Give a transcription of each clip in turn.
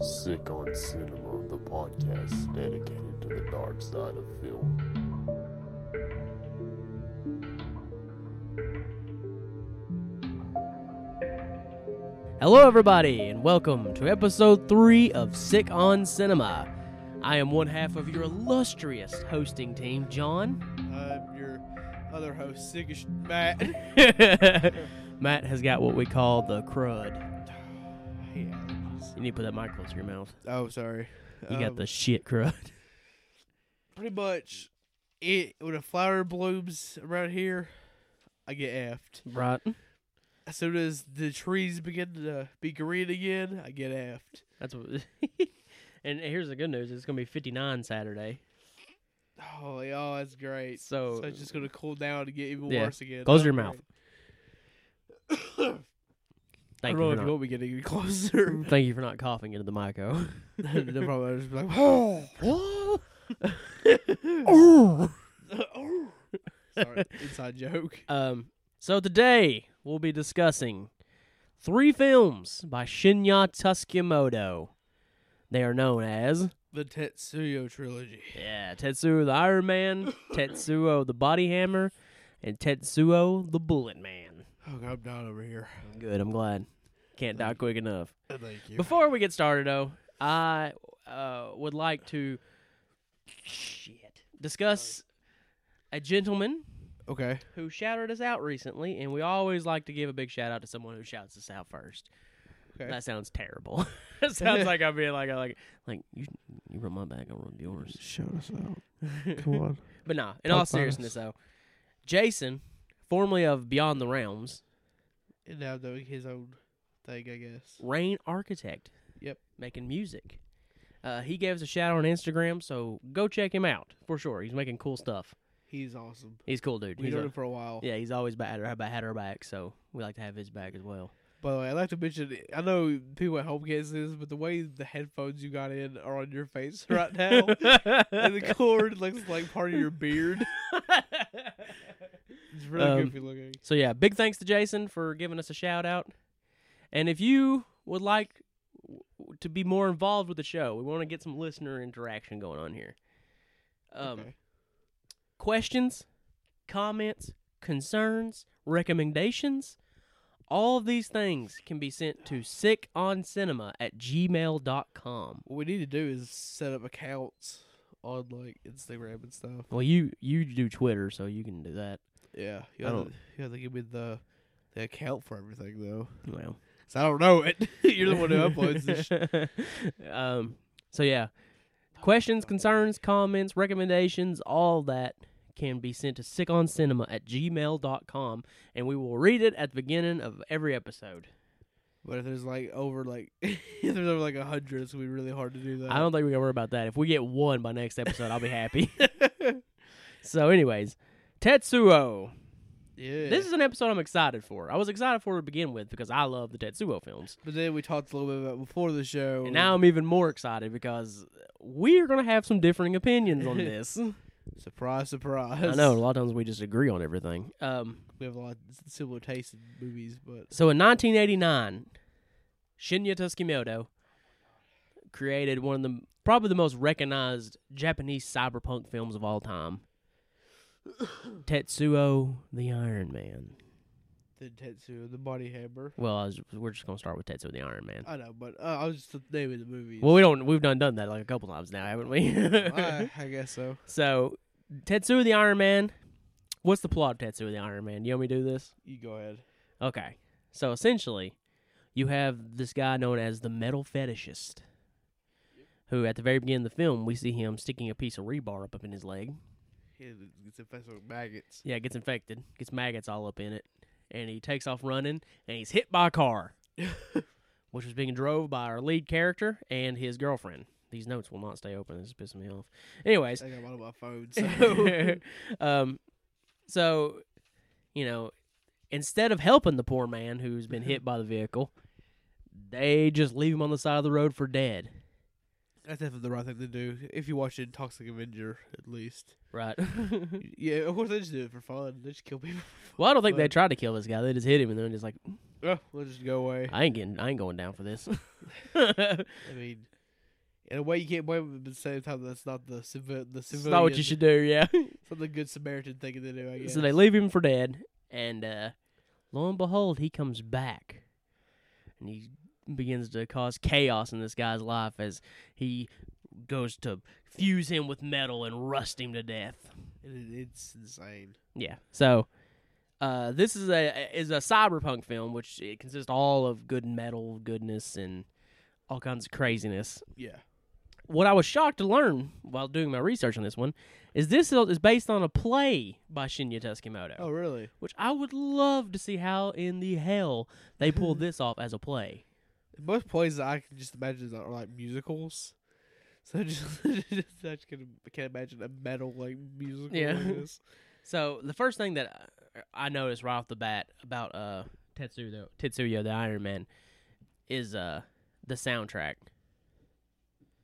Sick on Cinema, the podcast dedicated to the dark side of film. Hello, everybody, and welcome to episode three of Sick on Cinema. I am one half of your illustrious hosting team, John. I'm your other host, Sigish Matt. Matt has got what we call the crud. Yeah. You need to put that mic close to your mouth. Oh, sorry. You got Um, the shit crud. Pretty much, it when a flower blooms around here, I get effed. Right. As soon as the trees begin to be green again, I get effed. That's what. and here's the good news it's going to be 59 Saturday. Oh, yeah, oh, that's great. So, So it's just gonna cool down and get even Yeah. worse again. Close your Okay. mouth. I thank don't you, for know if you not, want me getting any closer. thank you for not coughing into the mic, oh. no problem. I'll just be like, oh, oh. Sorry, inside joke. Um, so today we'll be discussing three films by Shinya Tuskimoto. They are known as The Tetsuyo trilogy. yeah, Tetsuo the Iron Man, Tetsuo the Body Hammer, and Tetsuo the Bullet Man. Oh, God, I'm down over here. Good, I'm glad. Can't die quick enough. Thank you. Before we get started, though, I uh, would like to shit discuss a gentleman Okay. who shouted us out recently, and we always like to give a big shout out to someone who shouts us out first. Okay. That sounds terrible. it sounds like I'm being like like like you you run my back, I'll run yours. Shout us out. Come on. But nah, in Talk all about seriousness us. though, Jason, formerly of Beyond the Realms, And now doing his own thing, I guess. Rain Architect. Yep. Making music. Uh, he gave us a shout out on Instagram, so go check him out for sure. He's making cool stuff. He's awesome. He's a cool, dude. We've He's known him a, for a while. yeah, he's always bad, had our back, so we like to have his back as well. By the way, I'd like to mention I know people at home can't see this, but the way the headphones you got in are on your face right now. and the cord looks like part of your beard. It's really Um, goofy looking. So yeah, big thanks to Jason for giving us a shout out. And if you would like w- to be more involved with the show, we want to get some listener interaction going on here. Um, Okay. questions, comments, concerns, recommendations, all of these things can be sent to sickoncinema at gmail.com. What we need to do is set up accounts on like Instagram and stuff. Well, you you do Twitter, so you can do that. Yeah. You I have, don't- to, you have to give me the the account for everything though. Well, Cause I don't know it. You're the one who uploads this this. um, so yeah, questions, concerns, comments, recommendations, all that can be sent to sickoncinema at gmail.com, and we will read it at the beginning of every episode. But if there's like over like if there's over like a hundred, it's gonna be really hard to do that. I don't think we can worry about that. If we get one by next episode, I'll be happy. so, anyways, Tetsuo. yeah. This is an episode I'm excited for. I was excited for to begin with because I love the Tetsuo films. but then we talked a little bit about before the show. And now I'm even more excited because we're going to have some differing opinions on this. surprise, surprise. I know. A lot of times we just agree on everything. Um, we have a lot of similar tastes in movies, but so in 1989, Shinya Tuskimoto created one of the probably the most recognized Japanese cyberpunk films of all time, Tetsuo the Iron Man. the Tetsu, the body hammer. Well, I was, we're just gonna start with Tetsuo the Iron Man. I know, but uh, I was just the name of the movie. Well, we don't. We've done done that like a couple times now, haven't we? I, I guess so. so, Tetsuo the Iron Man. What's the plot of Tetsuo the Iron Man? You want me to do this? You go ahead. Okay. So essentially, you have this guy known as the metal fetishist, who at the very beginning of the film, we see him sticking a piece of rebar up, up in his leg. Yeah, It's infested with maggots. Yeah, it gets infected, gets maggots all up in it, and he takes off running, and he's hit by a car, which was being drove by our lead character and his girlfriend. These notes will not stay open. This is pissing me off. Anyways, I got one on my phone, so so, um, so, you know, instead of helping the poor man who's been hit by the vehicle, they just leave him on the side of the road for dead. that's definitely the right thing to do. If you watch it, Toxic Avenger, at least. Right. Yeah, of course they just do it for fun. They just kill people. well, I don't think they tried to kill this guy. They just hit him, and then just like, Oh, we'll just go away. I ain't getting, I ain't going down for this. I mean, in a way you can't blame them, but at the same time, that's not the civil the It's civilian. not what you should do, yeah. It's not the good Samaritan thing to do. I guess. so they leave him for dead, and uh, lo and behold, he comes back, and he begins to cause chaos in this guy's life as he goes to fuse him with metal and rust him to death. And it, it's insane. Yeah. So uh, this is a is a cyberpunk film, which it consists all of good metal goodness and all kinds of craziness. Yeah. What I was shocked to learn while doing my research on this one is this is based on a play by Shinya Tuskimoto, Oh, really? which I would love to see how in the hell they pulled this off as a play. Most plays that I can just imagine are like musicals. So just, I just can, can't imagine a metal like musical. Yeah. Like this. So the first thing that uh, I I noticed right off the bat about uh Tetsuya Tetsuya the Iron Man is uh the soundtrack.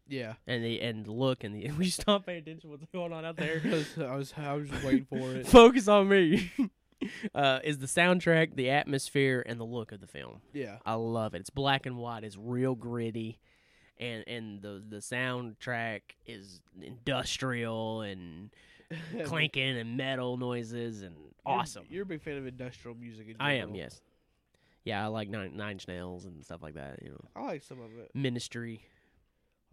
Yeah. and the and look and the we stop paying attention to what's going on out there. I was, I was I was just waiting for it. Focus on me. uh, is the soundtrack, the atmosphere, and the look of the film. Yeah. I love it. It's black and white. It's real gritty, and and the the soundtrack is industrial and clanking and metal noises and You're- awesome. You're, a big fan of industrial music. In I am general. yes, yeah. I like Nine Nine Inch Nails and stuff like that. You know, I like some of it. Ministry.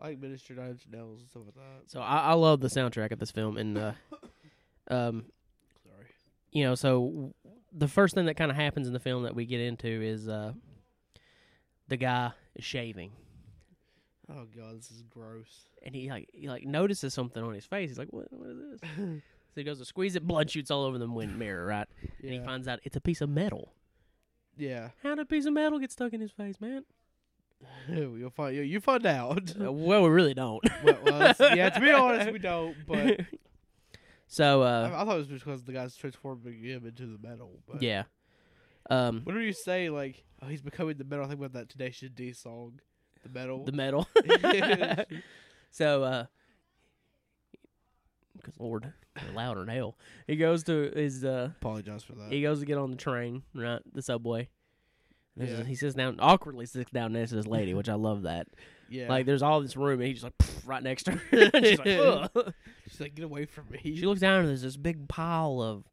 I like Minister Nine Inch Nails and stuff like that. So I, I love the soundtrack of this film, and uh, um, Sorry. you know, so w- the first thing that kind of happens in the film that we get into is uh, the guy is shaving, Oh god, this is gross. and he like he like notices something on his face. He's like, "What? What is this?" so he goes to squeeze it, blood shoots all over the wind mirror, right? And he Yeah. finds out it's a piece of metal. Yeah. How did a piece of metal get stuck in his face, man? You'll find you, you find out. Uh, well, we really don't. well, well, it's- yeah, to be honest, we don't. But so, I, uh, I thought it was because the guy's transforming him into the metal. But yeah. Um, Whenever you say like, "Oh, he's becoming the metal," I think about that Today Should D song, the metal. the metal. So, uh, good lord, they're louder than hell. He goes to his, uh, Apologize for that. he goes to get on the train, right? The subway. There's Yeah. a- he sits down, awkwardly sits down next to this lady, which I love that. yeah, Like, there's all this room, and he's just like, pff, right next to her. She's like, "Ugh." she's like, "Get away from me." She looks down, and there's this big pile of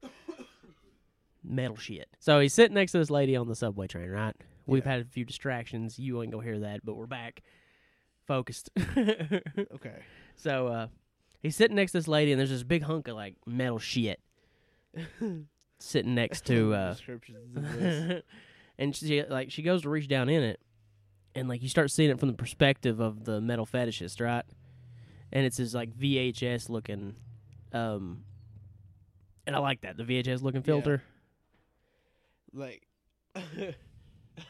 metal shit. So he's sitting next to this lady on the subway train, right? We've Yeah. had a few distractions. You ain't gonna hear that, but we're back, focused. okay. So uh, he's sitting next to this lady, and there's this big hunk of like metal shit sitting next to. Uh, descriptions. Of this. and she like she goes to reach down in it, and like you start seeing it from the perspective of the metal fetishist, right? And it's this like VHS looking, um, and I like that the VHS looking filter. like, I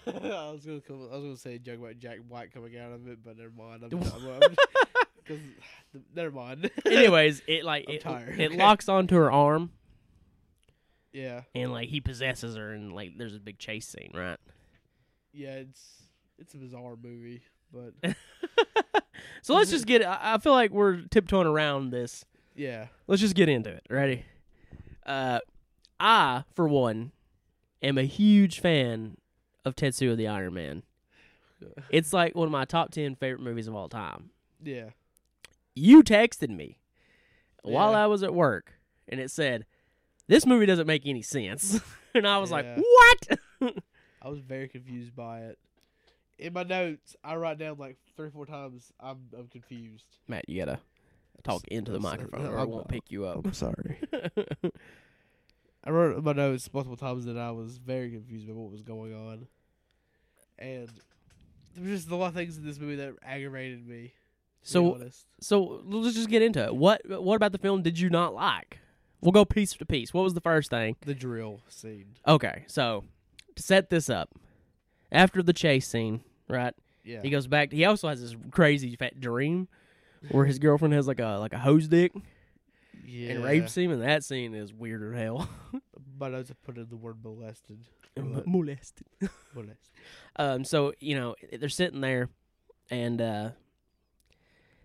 was gonna come, I was gonna say a joke about Jack Black coming out of it, but never mind. I'm, I'm, I'm, 'cause- never mind. Anyways, it like I'm it, tired, it okay. locks onto her arm, yeah, and like he possesses her, and like there's a big chase scene, right? yeah, it's it's a bizarre movie, but So Mm-hmm. let's just get. I I feel like we're tiptoeing around this. yeah, Let's just get into it. Ready? Uh, I, for one, am a huge fan of Tetsuya the Iron Man. It's like one of my top 10 favorite movies of all time. yeah. You texted me while Yeah. I was at work and it said, This movie doesn't make any sense. and I was like, Yeah. What? I was very confused by it. In my notes, I write down like three or four times I'm I'm confused. Matt, you gotta talk into the I'm sorry. microphone or I I'm- won't pick you up. sorry. I wrote in my notes multiple times that I was very confused by what was going on, and there was just a lot of things in this movie that aggravated me. to be so, honest. so let's just get into it. What, what about the film did you not like? We'll go piece to piece. What was the first thing? the drill scene, Okay, so to set this up, after the chase scene, right? yeah, He goes back. He also has this crazy fat dream where his girlfriend has like a like a hose dick yeah. and rapes him, and that scene is weird as hell. My notes have put in the word molested. Mole- Molested. molested. Um. So you know they're sitting there, and uh,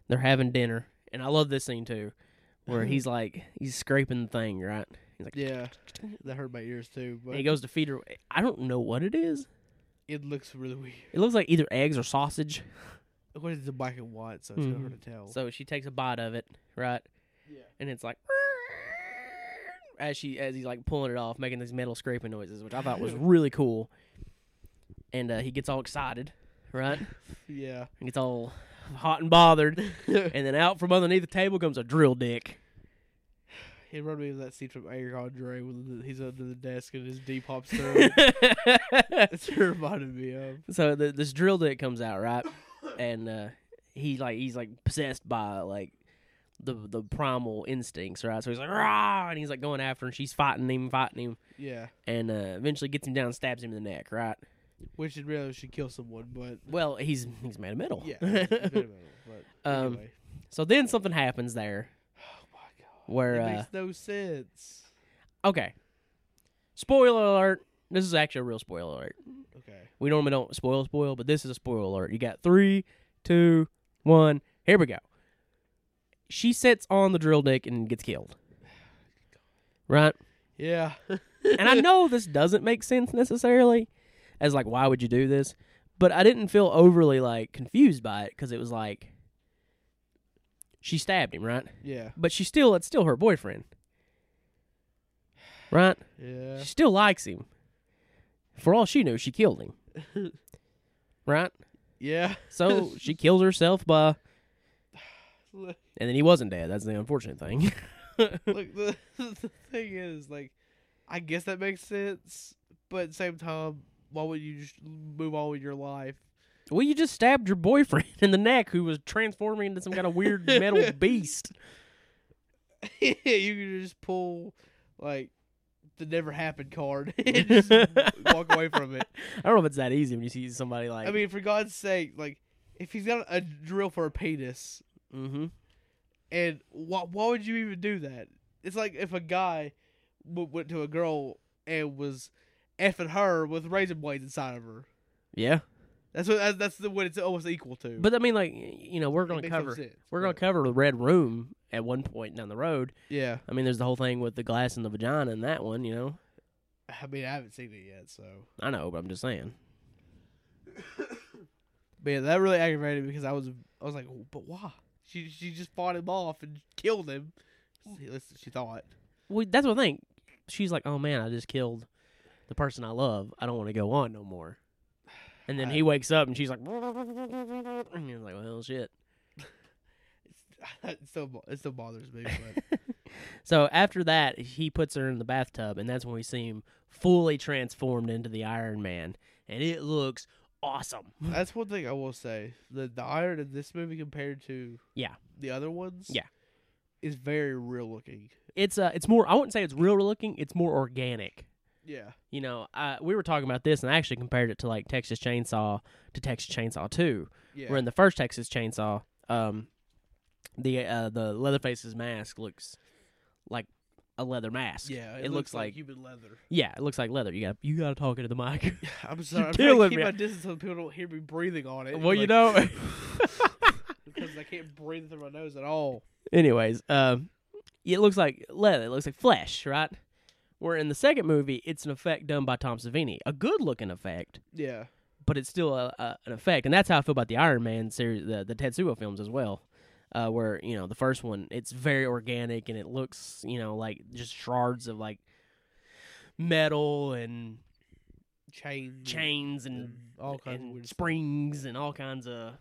they're having dinner, and I love this scene too, Uh-huh. where he's like he's scraping the thing, right? He's like, Yeah, that hurt my ears too. But and he goes to feed her. I don't know what it is. it looks really weird. It looks like either eggs or sausage. Of course, it's a black and white, so it's kind of hard to tell. Mm-hmm. So she takes a bite of it, right? Yeah. And it's like as she as he's like pulling it off, making these metal scraping noises, which I thought was really cool. And uh, he gets all excited, right? yeah. And gets all hot and bothered. and then out from underneath the table comes a drill dick. He reminded me of that scene from Eric Andre when the- he's under the desk and his D pops through. That's what it reminded me of. so the, this drill dick comes out, right? And uh, he like he's like possessed by like the the primal instincts, right? So he's like rah, and he's like going after, her, and she's fighting him, fighting him, Yeah. and uh, eventually gets him down, and stabs him in the neck, right? Which in real life should kill someone, but Well, he's he's made of metal. yeah. it's a bit of a- but Um, anyway. so then something happens there Oh my god. where It uh, makes no sense. okay, spoiler alert. This is actually a real spoiler alert. Okay. We normally don't spoil spoil, but this is a spoiler alert. You got three, two, one. Here we go. She sits on the drill dick and gets killed. Right? Yeah. and I know this doesn't make sense necessarily, as like why would you do this? But I didn't feel overly like confused by it because it was like she stabbed him, right? yeah. But she still it's still her boyfriend, right? Yeah. She still likes him. For all she knew, she killed him, right? Yeah. So she kills herself by, Look, and then he wasn't dead. That's the unfortunate thing. look the, the thing is, like, I guess that makes sense, but at the same time, why would you just move on with your life? well, you just stabbed your boyfriend in the neck, who was transforming into some kind of weird metal beast. you could just pull, like, the never happened card and just walk away from it. I don't know if it's that easy when you see somebody like. I mean, for God's sake, like, if he's got a drill for a penis, mm-hmm. And why, why would you even do that? It's like if a guy w- went to a girl and was effing her with razor blades inside of her. yeah, That's what that's- that's the what it's almost equal to. but I mean, like you know, we're It gonna makes no cover sense, we're gonna but- cover the red room at one point down the road. yeah. I mean, there's the whole thing with the glass and the vagina and that one. You know, I mean, I haven't seen it yet, so I know, but I'm just saying. but yeah, that really aggravated me because I was I was like, "Oh, but why? She she just fought him off and killed him. At least she thought. Well, that's what I think. She's like, "Oh man, I just killed the person I love. I don't want to go on no more." And then I- he wakes up, and she's like, and you're like, "Well, shit." It's, it still bo- it still bothers me, but So after that, he puts her in the bathtub, and that's when we see him fully transformed into the Iron Man, and it looks awesome. that's one thing I will say. The the iron in this movie compared to Yeah. the other ones Yeah. is very real looking. It's uh, it's more. I wouldn't say it's real looking. It's more organic. Yeah. You know, I, we were talking about this, and I actually compared it to like Texas Chainsaw to Texas Chainsaw Two, Yeah. where in the first Texas Chainsaw, um, the uh, the Leatherface's mask looks like a leather mask. yeah, it, looks, like, human leather. yeah, it looks like leather. You got you got to talk into the mic. I'm sorry. I'm trying to killing keep me. my distance so people don't hear me breathing on it. well, you like, know. because I can't breathe through my nose at all. Anyways, um, it looks like leather. It looks like flesh, right? Where in the second movie, it's an effect done by Tom Savini, a good looking effect, Yeah. but it's still a, a, an effect, and that's how I feel about the Iron Man series, the, the Tetsuo films as well. Uh, where you know the first one, it's very organic and it looks you know like just shards of like metal and Chain. chains and, Mm. And all kinds of and weird stuff. springs and all kinds of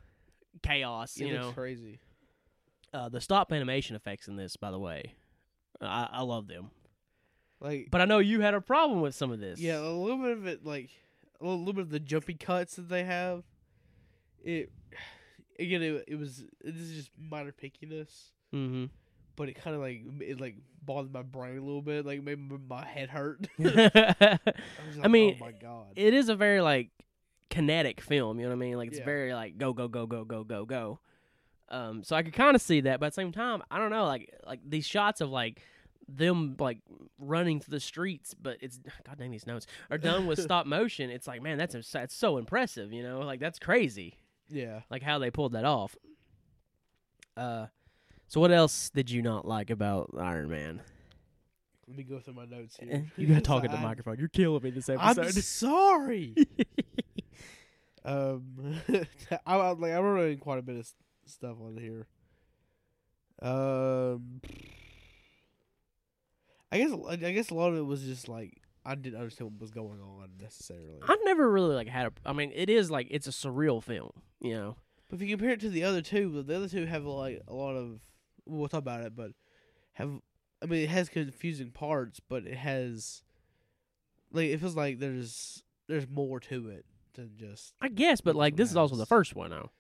chaos. It you looks know, crazy. uh, the stop animation effects in this, by the way, I, I love them. Like. But I know you had a problem with some of this. yeah, a little bit of it, like a little, little bit of the jumpy cuts that they have. It. Again, it, it was. This is just minor pickiness, Mm-hmm. but it kind of like it like bothered my brain a little bit, like made my my head hurt. I, was Mm-hmm. like, mean, oh my god, it is a very like kinetic film. You know what I mean? Like it's Yeah. very like go go go go go go go. Um, so I could kind of see that, but at the same time, I don't know. Like like these shots of like them like running through the streets, but it's god dang these notes are done with stop motion. It's like man, that's ins- that's so impressive. You know, like that's crazy. yeah. like how they pulled that off. Uh, so what else did you not like about Iron Man? Let me go through my notes Eh, here. You gotta talk at the I- microphone. You're killing me this I'm episode. sorry. Um, I, I like I wrote in quite a bit of s- stuff on here. Um, I guess I guess a lot of it was just like I didn't understand what was going on necessarily. I never really like had a. I mean, it is like it's a surreal film, you know. But if you compare it to the other two, well, the other two have like a lot of we'll talk about it, but have I mean it has confusing parts, but it has like it feels like there's there's more to it than just I guess, but like this is also the Yes. first one, though.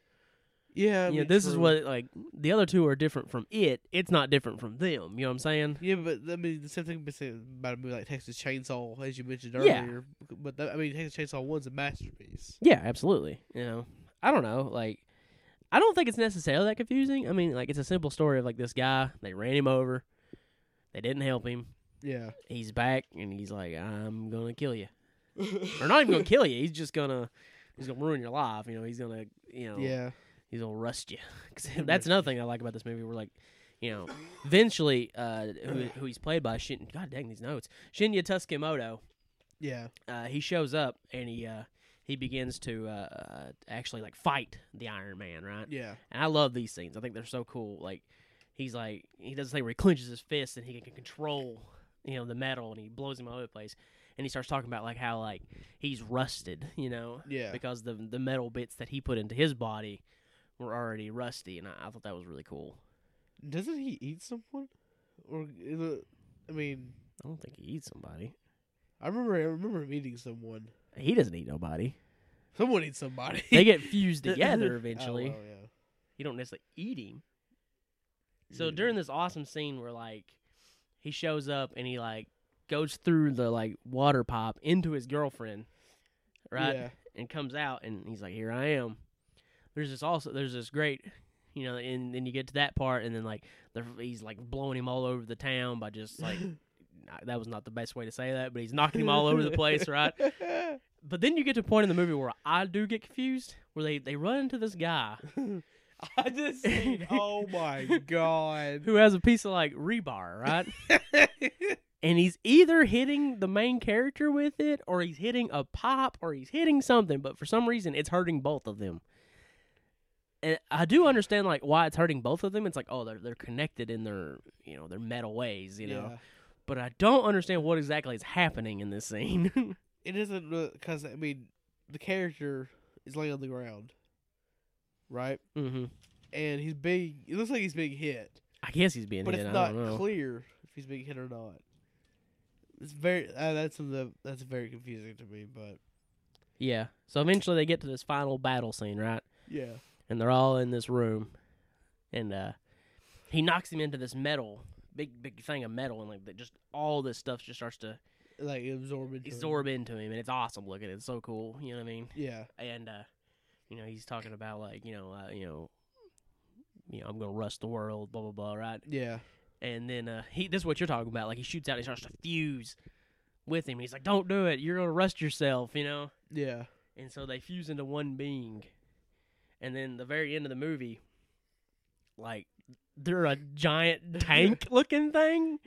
yeah. I you know, mean, this is true. what like the other two are different from it. It's not different from them. You know what I'm saying? Yeah, but I mean the same thing been said about a movie like Texas Chainsaw, as you mentioned Yeah. earlier. But that, I mean Texas Chainsaw One's a masterpiece. Yeah, absolutely. You know, I don't know. Like, I don't think it's necessarily that confusing. I mean, like it's a simple story of like this guy. They ran him over. They didn't help him. Yeah, He's back, and he's like, "I'm gonna kill you," or not even gonna kill you. He's just gonna. He's gonna ruin your life, you know. He's gonna, you know, yeah, he's gonna rust you. 'Cause that's another thing I like about this movie. We're like, you know, eventually, uh, who, who he's played by Shin. God dang these notes, Shinya Tuskimoto. yeah, Uh, he shows up and he uh, he begins to uh, uh, actually like fight the Iron Man, right? yeah, And I love these scenes. I think they're so cool. Like he's like he does this thing where he clenches his fist and he can control you know the metal and he blows him all over the place. And he starts talking about like how like he's rusted, you know, yeah. because the the metal bits that he put into his body were already rusty, and I, I thought that was really cool. Doesn't he eat someone? Or is it- I mean, I don't think he eats somebody. I remember I remember meeting someone. He doesn't eat nobody. Someone eats somebody. They get fused Oh, together eventually. well, yeah. You don't necessarily eat him. So Mm. during this awesome scene where like he shows up and he like goes through the like water pipe into his girlfriend, right? Yeah. And comes out and he's like, "Here I am." There's this also there's this great, you know, and then you get to that part and then like the, he's like blowing him all over the town by just like not- that was not the best way to say that, but he's knocking him all over the place, right? But then you get to a point in the movie where I do get confused, where they they run into this guy I just seen, oh my god. who has a piece of like rebar, right? and he's either hitting the main character with it or he's hitting a pop or he's hitting something but for some reason it's hurting both of them and i do understand like why it's hurting both of them it's like oh they're, they're connected in their you know their metal ways you know Yeah. but i don't understand what exactly is happening in this scene It isn't because I mean the character is laying on the ground, right? hmm And he's being. It looks like he's being hit, i guess he's being but hit it's i not don't know clear if he's being hit or not. It's very. Uh, that's the. That's very confusing to me, but yeah so eventually they get to this final battle scene right yeah. and they're all in this room and uh he knocks him into this metal big big thing of metal and like that just all this stuff just starts to Like absorbent. absorb into him and it's awesome looking it's so cool you know what i mean Yeah. and uh you know he's talking about like you know uh, you know you know i'm gonna rust the world blah blah blah right Yeah. and then uh he this is what you're talking about like he shoots out and he starts to fuse with him he's like don't do it you're gonna rust yourself you know Yeah. and so they fuse into one being and then the very end of the movie like they're a giant tank looking thing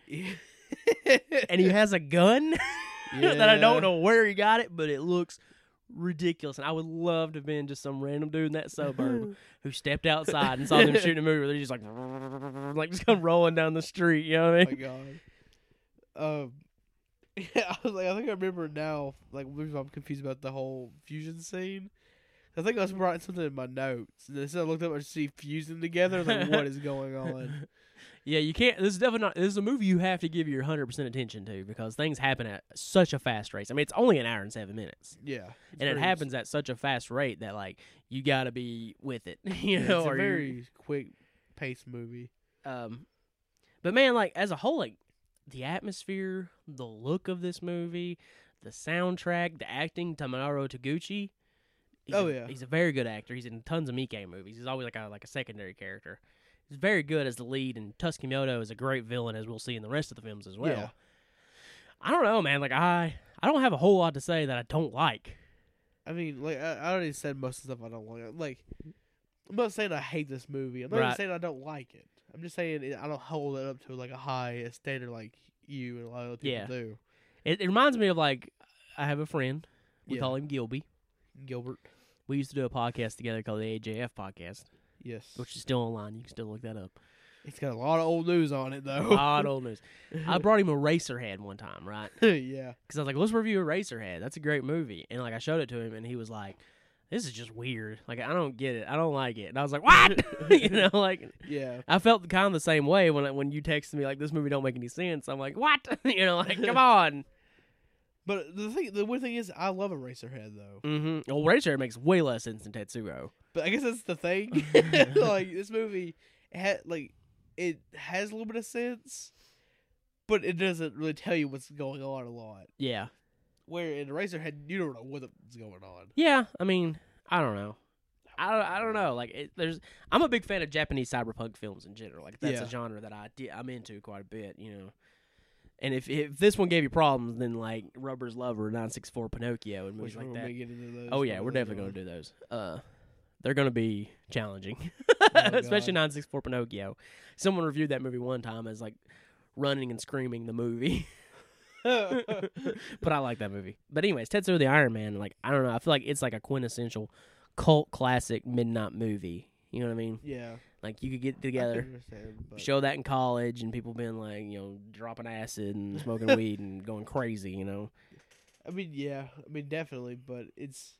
and he has a gun that i Yeah. don't know where he got it but it looks ridiculous and i would love to have been just some random dude in that suburb who stepped outside and saw them shooting a movie where they're just like like just come rolling down the street you know what i my mean god. Um, I was like, I think I remember now. Like, the reason I'm confused about the whole fusion scene. I think I was writing something in my notes, and then I looked up and see fusing together. I was like, what is going on? yeah you can't this is definitely not this is a movie you have to give your 100% attention to because things happen at such a fast rate i mean it's only an hour and seven minutes Yeah, it's and it very- happens at such a fast rate that like you got to be with it, you yeah, know. it's a or you- very quick paced movie. um, but man, like as a whole, like the atmosphere, the look of this movie, the soundtrack, the acting, Tamaro Taguchi. he's Oh, a- yeah. he's a very good actor. He's in tons of Miike movies. He's always like a like a secondary character. He's very good as the lead, and Tuskimoto is a great villain, as we'll see in the rest of the films as well. Yeah. I don't know, man. Like I, I don't have a whole lot to say that I don't like. I mean, like I, I already said most of the stuff I don't like. uh, Like, I'm not saying I hate this movie. I'm not Right. even saying I don't like it. I'm just saying it, I don't hold it up to like a high standard like you and a lot of other people Yeah. do. It, it reminds me of like I have a friend. We Yeah. call him Gilby. Gilbert. We used to do a podcast together called the AJF podcast, Yes. which is still online. You can still look that up. it's got a lot of old news on it though. Odd old news. I brought him a Racerhead one time, right? yeah. Because I was like, let's review Eraserhead. That's a great movie. And like, I showed it to him, and he was like, this is just weird. Like, I don't get it. I don't like it. And I was like, what? you know, like, Yeah. I felt kind of the same way when I, when you texted me like, this movie don't make any sense. I'm like, what? you know, like, come on. But the thing, the weird thing is, I love Eraserhead though. Mm-hmm. Well, Eraserhead makes way less sense than Tetsuo. But I guess that's the thing. like this movie, it ha- like it has a little bit of sense, but it doesn't really tell you what's going on a lot. Yeah. Where in Eraserhead, you don't know what's going on. Yeah. I mean, I don't know. I don't, I don't know. Like, it, there's, I'm a big fan of Japanese cyberpunk films in general. Like, that's Yeah. a genre that I di- I'm into quite a bit. You know, and if if this one gave you problems, then like Rubber's Lover, Nine Six Four, Pinocchio, and movies we're like gonna that. get into those Oh yeah, probably we're definitely gonna later do those. Uh, they're gonna be challenging, Oh, God. especially Nine Six Four Pinocchio. Someone reviewed that movie one time as like running and screaming the movie. on. but I like that movie. But anyways, Tetsuo the Iron Man, like I don't know, I feel like it's like a quintessential cult classic midnight movie. You know what I mean? yeah. I Like you could get can together, understand, but- show that in college, and people been like, you know, dropping acid and smoking weed and going crazy. You know? I mean, yeah. I mean, definitely. But it's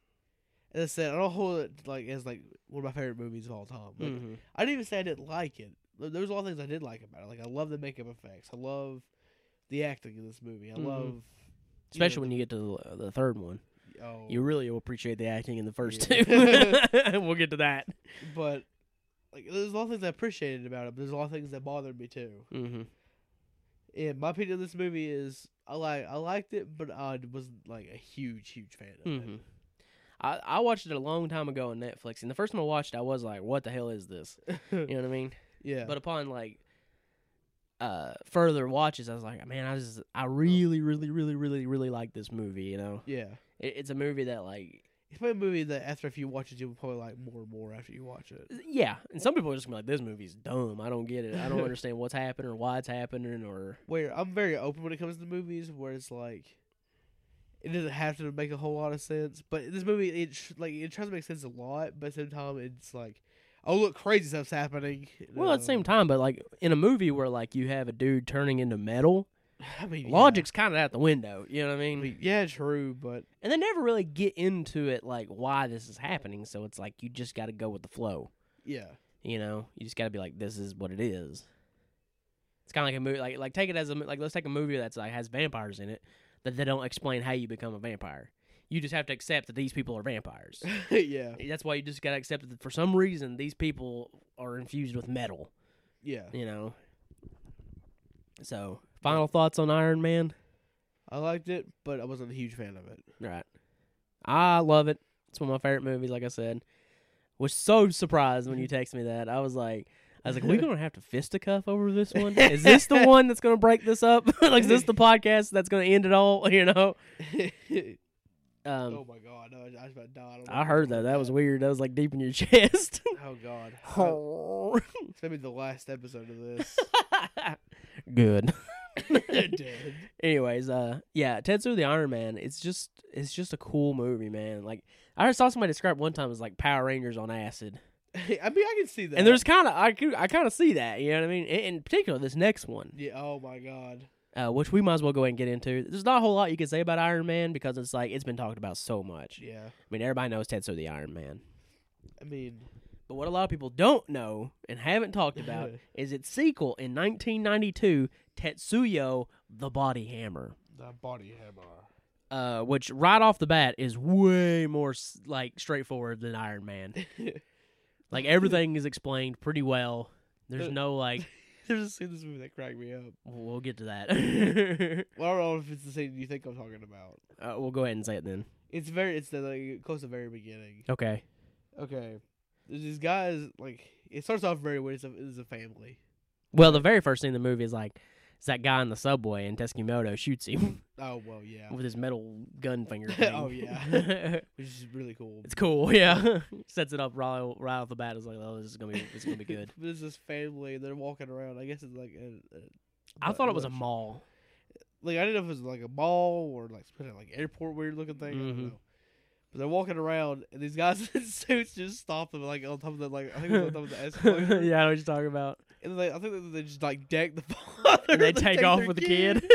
as I said, I don't hold it like as like one of my favorite movies of all time. Like, Mhm. I didn't even say I didn't like it. Th- There was a lot of things I did like about it. Like I love the makeup effects. I love the acting in this movie. I Mhm. love Especially when you get to the, the third one, the- oh, you really will appreciate the acting in the first Yeah. two. we'll get to that. but like there's a lot of things I appreciated about it. But there's a lot of things that bothered me too. Mm-hmm. And my opinion of this movie is I like I liked it, but I wasn't like a huge huge fan of Mm-hmm. it. I, I watched it a long time ago on Netflix, and the first time I watched, it, I was like, "What the hell is this?" You know what I mean? yeah, Mm-hmm. But upon like uh further watches, I was like, man, I just I really, really, really, really, really like this movie. You know, yeah. it, it's a movie that like It's probably a movie that after a few watches you'll probably like more and more after you watch it. yeah, and some people are just gonna be like, this movie's dumb. I don't get it. I don't understand what's happening or why it's happening or Where I'm very open when it comes to movies, where it's like it doesn't have to make a whole lot of sense. But this movie, it tr- like it tries to make sense a lot, but at the same time it's like, oh look, crazy stuff's happening. well, at the same time, but like in a movie where like you have a dude turning into metal, time, Um, I mean, logic's kind of out the window. You know what I Yeah, I mean? mean, yeah, true, but And they never really get into it like why this is happening. So it's like you just got to go with the flow. yeah, You know, you just got to be like, this is what it is. It's kind of like a movie, like like take it as a mo- like let's take a movie that's like has vampires in it that they don't explain how you become a vampire. You just have to accept that these people are vampires. yeah, That's why you just got to accept that for some reason these people are infused with metal. yeah. You know. So final thoughts on Iron Man. I liked it, but I wasn't a huge fan of it. Right. I love it. It's one of my favorite movies, like I said. Was so surprised when you texted me that. I was like I was like, we gonna have to fisticuff over this one? Is this the one that's gonna break this up? like is this the podcast that's gonna end it all, you know? Um oh my god, no, I was about to die. I, don't I know. heard that. That was weird. That was like deep in your chest. Oh god, Oh. it's gonna be the last episode of this. Good. Dead. Anyways, uh, yeah, Tetsu the Iron Man. It's just, it's just a cool movie, man. Like I saw somebody describe one time as like Power Rangers on acid. I mean, I can see that. And there's kind of I could, I kind of see that, you know what I mean? In, in particular, this next one, yeah. Oh my god. uh, which we might as well go ahead and get into. There's not a whole lot you can say about Iron Man because it's like it's been talked about so much. I Yeah. mean, everybody knows Tetsuo the Iron Man, I mean, but what a lot of people don't know and haven't talked about is its sequel in 1992, Tetsuyo the Body Hammer. the body hammer. Uh, which right off the bat is way more s- like straightforward than Iron Man. Like everything is explained pretty well. There's no like There's a scene in this movie that cracked me up. We'll get to that. Well, I don't know if it's the scene you think I'm talking about. uh, we'll go ahead and say it then. It's very, it's the like, close to the very beginning. Okay. Okay, there's these guys like it starts off very weird. It's a, it's a family. Well, the very first thing in the movie is like it's that guy in the subway, and Teskimoto shoots him Oh well, yeah, with his metal gun finger. Thing. Oh, yeah. which is really cool. it's cool. Yeah, sets it up right, right off the bat. It's like, oh, this is gonna be, this is gonna be good. There's this family. They're walking around. I guess it's like a, a I thought it was a rush. mall. like I didn't know if it was like a mall or like some kind of, like airport weird looking thing. I Mhm. don't know. But they're walking around, and these guys in suits just stop them, like on top of the like I think it was on top of the escalator. yeah, I know what you're talking about. And then they, I think that they just like deck the father. And they take off their with the kid.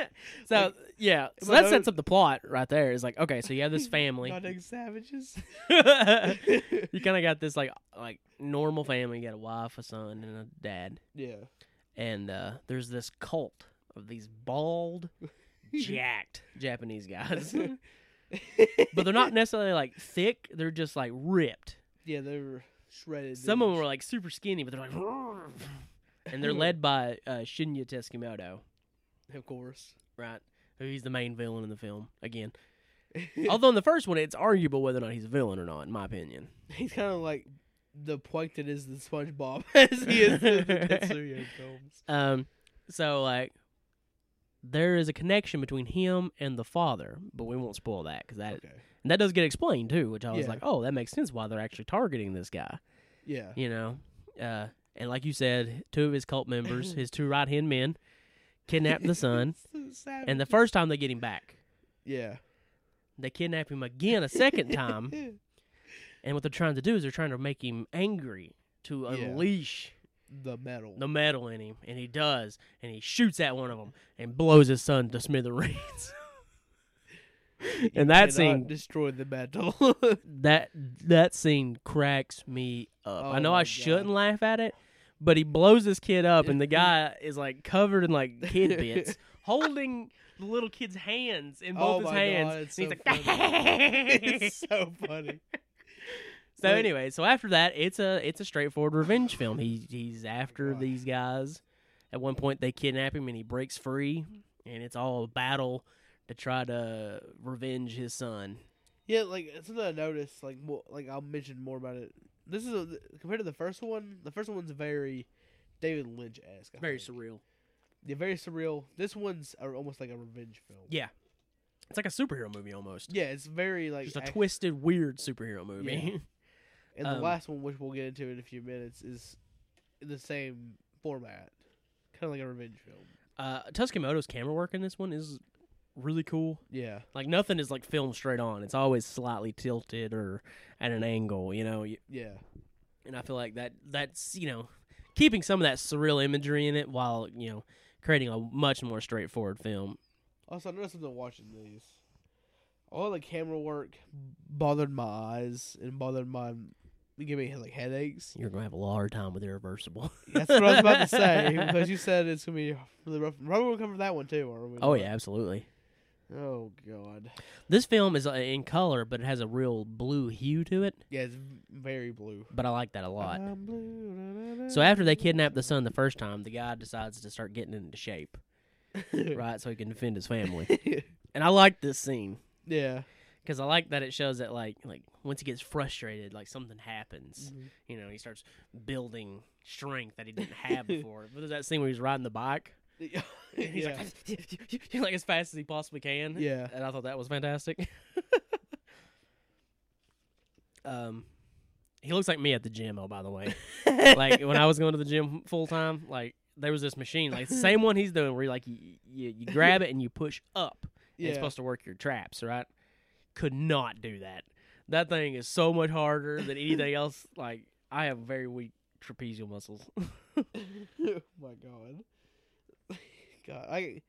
so Like, yeah, so but that no- sets up the plot right there. It's like okay, so you have this family. Goddamn savages. you kind of got this like like normal family. You got a wife, a son, and a dad, yeah. and uh, there's this cult of these bald, jacked Japanese guys. but they're not necessarily like thick. They're just like ripped. Yeah, they were shredded. Some of them are like super skinny, but they're like, and they're led by uh, Shinya Teskimoto, dudes, of course. right? Who he's the main villain in the film again. Although in the first one, it's arguable whether or not he's a villain or not, in my opinion. He's kind of like the plankton is the SpongeBob as he is in the Tetsuya films. Um, so like, there is a connection between him and the father, but we won't spoil that because that Okay. and that does get explained too, which I was Yeah. like, oh, that makes sense why they're actually targeting this guy, Yeah. you know. Uh, and like you said, two of his cult members, his two right hand men, kidnap the son, and the first time they get him back, Yeah. they kidnap him again a second time, and what they're trying to do is they're trying to make him angry to Yeah. unleash the metal. the metal in him, and he does, and he shoots at one of them and blows his son to smithereens. and that scene, destroyed the metal. that that scene cracks me up. I Oh know my I God. shouldn't laugh at it, but he blows this kid up, and the guy is like covered in like kid bits, holding the little kid's hands in both Oh his my hands, God, it's and he's so like. it's so funny. So Like- anyway, so after that, it's a it's a straightforward revenge film. He he's after Oh God. these guys. At one point, they kidnap him and he breaks free, Mm-hmm. and it's all a battle to try to revenge his son. Yeah, like uh, something I noticed. Like, more, like I'll mention more about it. This is a, compared to the first one. The first one's very David Lynch esque. Very surreal. Yeah, very surreal. This one's a, almost like a revenge film. Yeah. It's like a superhero movie almost. Yeah, it's very like Just a act- twisted, weird superhero movie. And the um, last one, which we'll get into in a few minutes, is in the same format, kind of like a revenge film. uh, Tuskimoto's camera work in this one is really cool. Yeah, Like nothing is like filmed straight on. It's always slightly tilted or at an angle. You know, You- yeah, and I feel like that that's you know keeping some of that surreal imagery in it while you know creating a much more straightforward film. Also, I noticed something watching these. All the camera work bothered my eyes and bothered my gave me like headaches. You're gonna have a hard time with Irreversible. That's what I was about to say because you said it's gonna be really rough. Probably we'll cover that one too. Are we? oh not? yeah, absolutely. Oh god. This film is uh, in color, but it has a real blue hue to it. Yeah, it's very blue. But I like that a lot. I'm blue, na, na, So after they na, kidnap the son the first time, the guy decides to start getting into shape, na. right, so he can defend his family. And I like this scene yeah. because I like that it shows that like like once he gets frustrated, like something happens. you know, he starts building strength that he didn't have before. but there's that scene where he's riding the bike. yeah. And he's like, like as fast as he possibly can. Yeah. And I thought that was fantastic. um, he looks like me at the gym. Oh, by the way, like when I was going to the gym full time, like there was this machine, like the same one he's doing, where you like you, you, you grab it and you push up. And yeah. It's supposed to work your traps, right? Could not do that. That thing is so much harder than anything else. Like I have very weak trapezial muscles. oh my god. God, I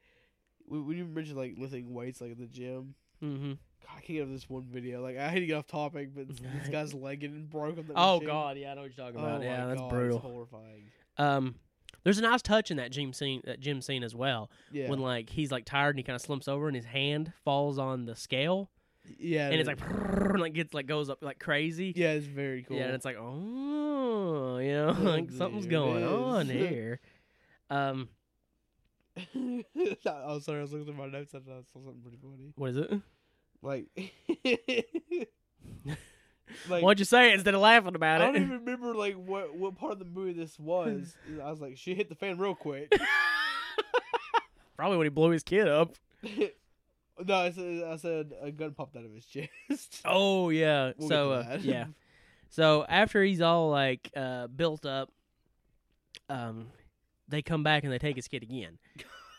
when when you mentioned like lifting weights like at the gym, mm-hmm. God, I can't get up this one video. Like I hate to get off topic, but this, this guy's leg getting broke on the Oh machine. God, yeah, I know what you're talking Oh about. my yeah, that's God, it's brutal. horrifying. Um, there's a nice touch in that gym scene. That gym scene as well, Yeah, when like he's like tired and he kind of slumps over and his hand falls on the scale yeah, and it's it- like and, like gets like goes up like crazy. yeah, it's very cool. Yeah, and it's like, oh, you know, like something's There it going on is. here. Um, oh, sorry, I was looking at my notes and I saw something pretty funny. what is it? Like, like Why'd you say it instead of laughing about I don't it? even remember like what what part of the movie this was. I was like, she hit the fan real quick. Probably when he blew his kid up. no, I said, I said a gun popped out of his chest. Oh yeah. We'll get so to uh, that. yeah. So after he's all like uh, built up, um, they come back and they take his kid again.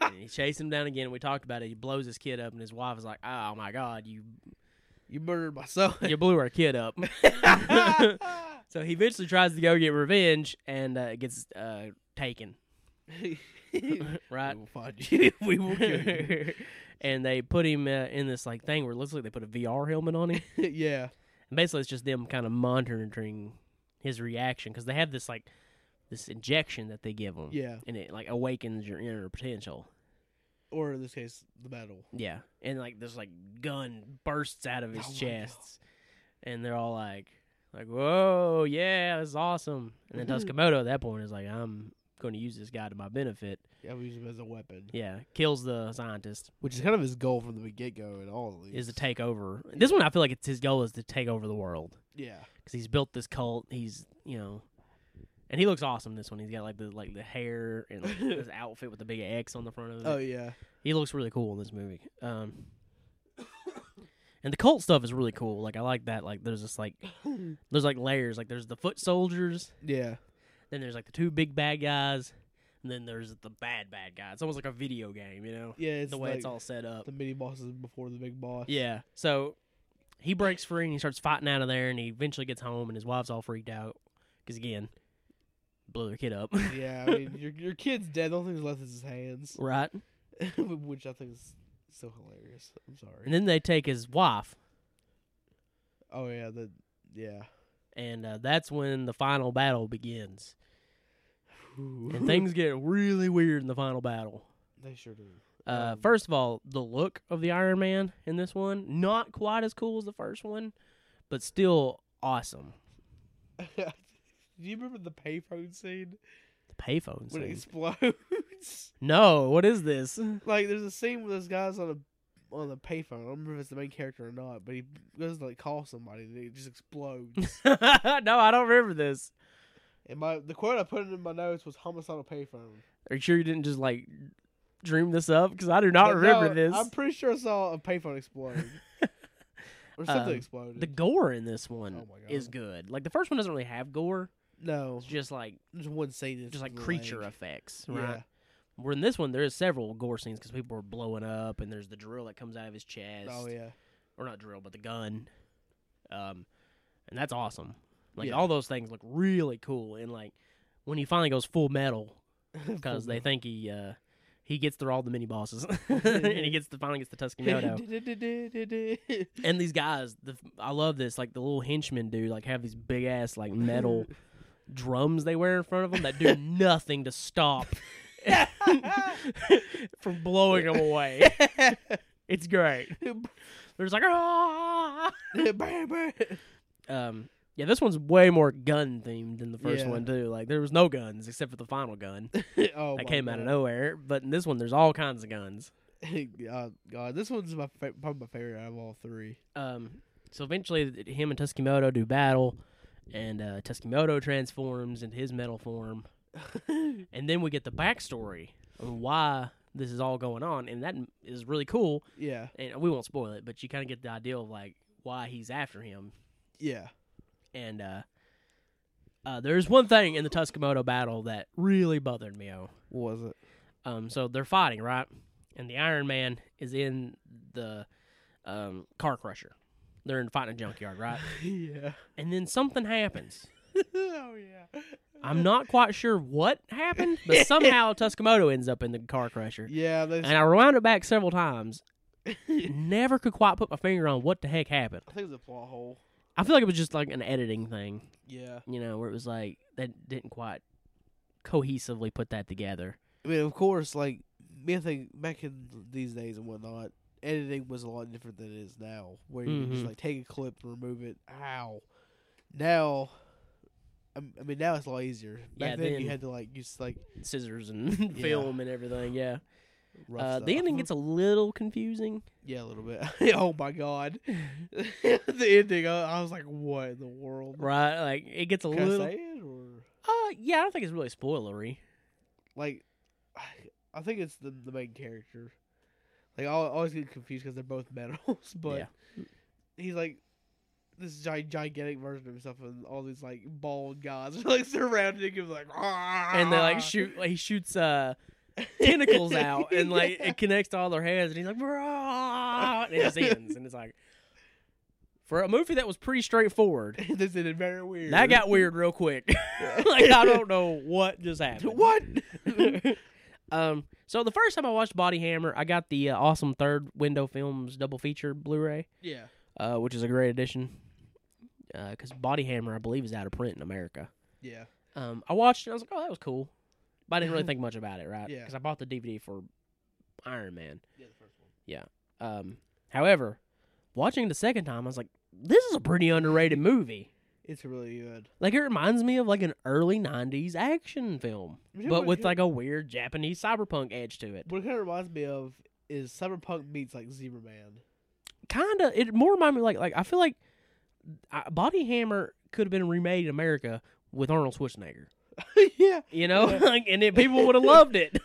and he chases him down again. We talked about it. He blows his kid up, and his wife is like, "Oh my god, you You murdered my son. You blew our kid up. so he eventually tries to go get revenge and uh, gets uh, taken. Right. We will find you. we will kill you. and they put him uh, in this like thing where it looks like they put a VR helmet on him. yeah. and basically, it's just them kind of monitoring his reaction because they have this like this injection that they give him, Yeah. and it like awakens your inner potential. Or in this case, the metal. Yeah, and like this like gun bursts out of his Oh my God. chest, and they're all like, like, whoa, yeah, that's awesome. And then Mm-hmm. Tuskamoto at that point is like, I'm going to use this guy to my benefit. Yeah, we use him as a weapon. Yeah, kills the scientist Which is kind of his goal from the get go in all of these. is to take over. This one, I feel like it's his goal is to take over the world Yeah. because he's built this cult. He's you know. And he looks awesome. This one, he's got like the like the hair and like, this outfit with the big X on the front of it. Oh yeah. He looks really cool in this movie. Um, and the cult stuff is really cool. Like I like that. Like there's this like there's like layers. Like there's the foot soldiers, Yeah. then there's like the two big bad guys, and then there's the bad bad guy. It's almost like a video game, you know, Yeah. It's the way like it's all set up. the mini bosses before the big boss. Yeah. So he breaks free and he starts fighting out of there, and he eventually gets home, and his wife's all freaked out because again, blew their kid up, Yeah. I mean, your your kid's dead. The only thing left is his hands, right? which I think is so hilarious. I'm sorry. And then they take his wife, oh yeah. The yeah. and uh, that's when the final battle begins. and things get really weird in the final battle. they sure do. Uh, Um, first of all, the look of the Iron Man in this one not quite as cool as the first one, but still awesome. do you remember the payphone scene The payphone when it scene. explodes? No, what is this? like, there's a scene where this guy's on a on a payphone. I don't remember if it's the main character or not, but he goes to like call somebody, and it just explodes. no, I don't remember this. and my the quote I put in my notes was homicidal payphone. Are you sure you didn't just like dream this up? Because I do not But remember no, this. I'm pretty sure I saw a payphone explode or something Um, exploded. The gore in this one Oh my God. is good. Like the first one doesn't really have gore. no, It's just like just one scene. that's just like the creature leg. effects, right? Where in this one there is several gore scenes because people are blowing up and there's the drill that comes out of his chest. Yeah. Oh yeah. or not drill, but the gun. Um, and that's awesome. Like Yeah. all those things look really cool. And like when he finally goes full metal because Full they think he uh he gets through all the mini bosses and he gets the finally gets the Tuscanodo. and these guys, the I love this. Like the little henchmen do like have these big ass like metal drums they wear in front of them that do nothing to stop. from blowing them away, it's great. They're just like ah, um yeah this one's way more gun themed than the first Yeah. one too like there was no guns except for the final gun oh, that my came out of God. nowhere but in this one there's all kinds of guns God, God, this one's my fa- probably my favorite out of all three. um so eventually th- him and Tuskimoto do battle and uh Tuskimoto transforms into his metal form and then we get the backstory on why this is all going on and that m- is really cool yeah, and we won't spoil it but you kind of get the idea of like why he's after him yeah. and uh uh, there's one thing in the Tuskamoto battle that really bothered me. Oh, What was it? Um, so they're fighting, right? And the Iron Man is in the um, car crusher. They're in fighting a junkyard, right? yeah. and then something happens. oh yeah. I'm not quite sure what happened, but somehow Tuskamoto ends up in the car crusher. Yeah, that's, And I rewound it back several times. Never could quite put my finger on what the heck happened. I think it's a plot hole. I feel like it was just like an editing thing, Yeah. you know, where it was like that didn't quite cohesively put that together. I mean, of course, like me, I think back in these days and whatnot, editing was a lot different than it is now, where you can just Mhm. like take a clip and remove it. Ow. Now, I'm- I mean, now it's a lot easier. Back Yeah, then, then- you had to like use like Scissors and Yeah. film and everything, yeah. rough Uh, stuff. the ending gets a little confusing. yeah a little bit. oh my god, the ending! I, I was like, what in the world? Right, like it gets a Can I little. say it or Uh, yeah, I don't think it's really spoilery. like? I think it's the the main character. Like I al- always get confused because they're both metals, but Yeah. he's like this giant, gigantic version of himself, and all these like bald guys are like surrounding him, like "Ah!" And they Uh-huh. like shoot, like, he shoots uh tentacles out, and like Yeah. it connects to all their heads, and he's like, "Rah!" and it just ends, and it's like, for a movie that was pretty straightforward. this is very weird. That got weird real quick. like I don't know what just happened. what? um. So the first time I watched Body Hammer, I got the uh, awesome Third Window Films double feature Blu-ray, yeah. uh, which is a great addition. Because Body Hammer, I believe, is out of print in America. Yeah. Um, I watched it. I was like, oh, that was cool, but I didn't really think much about it, right? Mm-hmm. Yeah. Because I bought the DVD for Iron Man. Yeah, the first one. Um, however, watching it the second time, I was like, this is a pretty underrated movie. It's really good. Like it reminds me of like an early '90s action film, Yeah, but but with it- like a weird Japanese cyberpunk edge to it. What it kind of reminds me of is Cyberpunk meets like Zebra Man. kind of it more reminded me like like I feel like I, Body Hammer could have been remade in America with Arnold Schwarzenegger, yeah. you know, Yeah. like and then people would have loved it.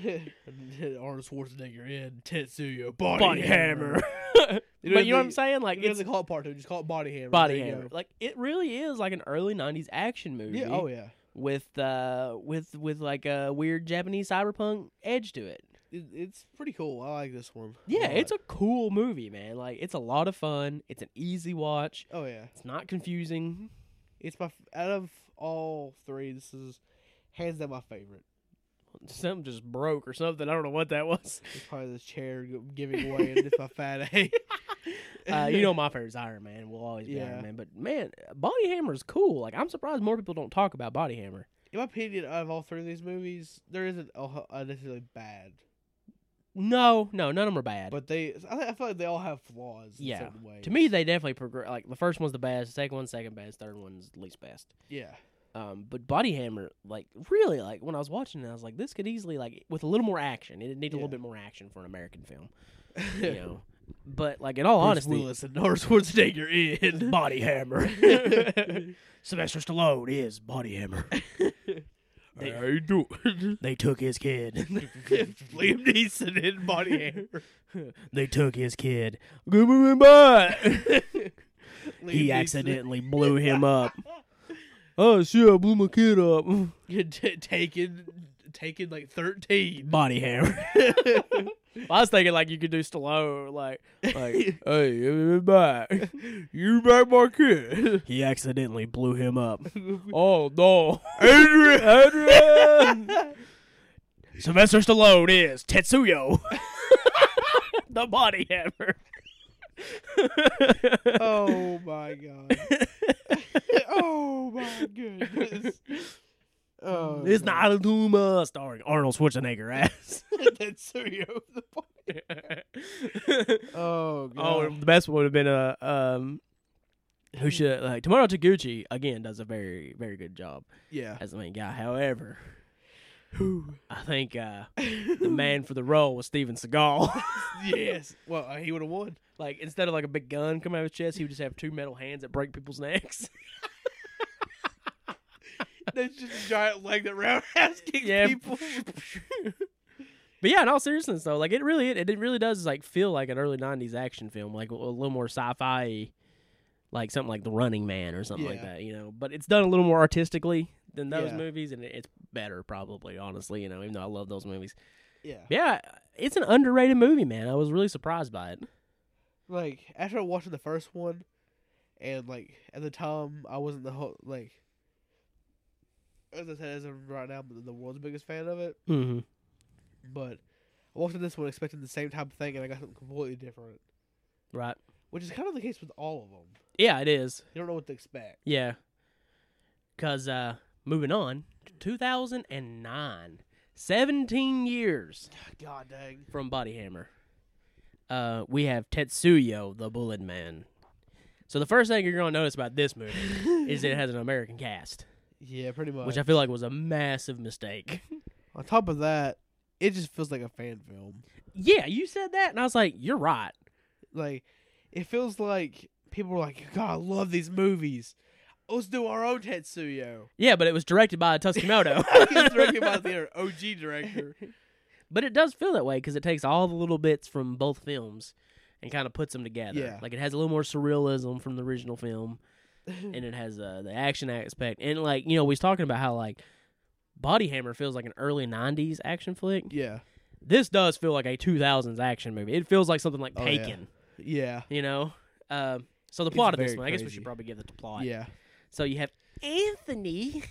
Arnold Schwarzenegger in Tetsuya Body, Body Hammer, but you know what I'm saying? Like Like, it's it's a call it part two. Just call it Body Hammer. Body There you Hammer. go. Like it really is like an early '90s action movie. Yeah. Oh yeah. with uh with with like a weird Japanese cyberpunk edge to it. It, it's pretty cool. I like this one. Yeah, lot. it's a cool movie, man. Like it's a lot of fun. It's an easy watch. Oh yeah. It's not confusing. It's my f- out of all three. This is hands down my favorite. Something just broke or something. I don't know what that was. It's probably this chair g- giving way, and it's my fat A. uh, you know my favorite's Iron Man. Will always be Yeah. Iron Man. But man, Body Hammer is cool. Like I'm surprised more people don't talk about Body Hammer. in my opinion, out of all three of these movies, there isn't a, ho- a necessarily bad, No, no, none of them are bad. but they. I, think- I feel like they all have flaws. In Yeah. Certain ways. to me, they definitely progress. Like the first one's the best, second one's second best, third one's least best. Yeah. Um, but Body Hammer, like really, like when I was watching it, I was like, this could easily like with a little more action. It need a little Yeah. bit more action for an American film, you know. But like in all Bruce honesty, Willis and Arnold Schwarzenegger in. Body Hammer. Sylvester Stallone is Body Hammer. They- I do. They took his kid. Liam Neeson in Body Hammer. They took his kid. Give him a butt. Liam he Neeson. accidentally blew him up. Oh shit! I blew my kid up. T- taken, taken like thirteen. Body hammer. I was thinking like you could do Stallone, like like hey, give me back. you back my kid, He accidentally blew him up. Oh no, Adrian. Adrian. Sylvester Stallone is Tetsuyo, the body hammer. Oh my god. oh my goodness. Oh, It's God. not a tumor starring Arnold Schwarzenegger ass. That's so you know, the point. oh, Oh the god. best one would have been uh, um, who should like Tomorrow Taguchi again does a very very good job yeah. as the main guy. However, I think uh, the yes. man for the role was Steven Seagal. Well, uh, he would have won. like instead of like a big gun coming out of his chest, he would just have two metal hands that break people's necks. That's just a giant leg that roundhouse kicks Yeah. people. But yeah, in all seriousness though, like it really it, it really does like feel like an early '90s action film, like a, a little more sci-fi, like something like The Running Man or something like Yeah. that, you know. But it's done a little more artistically than those Yeah. movies, and it's better probably, honestly, you know. Even though I love those movies, yeah. yeah, it's an underrated movie, man. I was really surprised by it. Like after watching the first one, and like at the time I wasn't the whole like. As I said, as of right now, I'm the world's biggest fan of it. Mm-hmm. But I walked in this one expecting the same type of thing, and I got something completely different, Right? which is kind of the case with all of them. Yeah, it is. You don't know what to expect. Yeah. Cause uh, moving on, 2009, 17 years. Ah, God dang. from Body Hammer. Uh, we have Tetsuyo, the Bullet Man. So the first thing you're gonna notice about this movie is that it has an American cast, Yeah, pretty much. which I feel like was a massive mistake. On top of that, it just feels like a fan film. yeah, you said that, and I was like, you're right. Like, it feels like people were like, God, I love these movies. Let's do our own Tetsuyo. Yeah, but it was directed by Tuskimoto. He's directed by the OG director. but it does feel that way because it takes all the little bits from both films and kind of puts them together. Yeah. Like it has a little more surrealism from the original film, and it has uh, the action aspect. And like you know, we was talking about how like Body Hammer feels like an early '90s action flick. Yeah. This does feel like a 2000s action movie. It feels like something like Oh, yeah. Taken, Yeah. you know. Um, So the It's plot of this very one, I guess we crazy. should probably give it the plot. Yeah. So you have Anthony,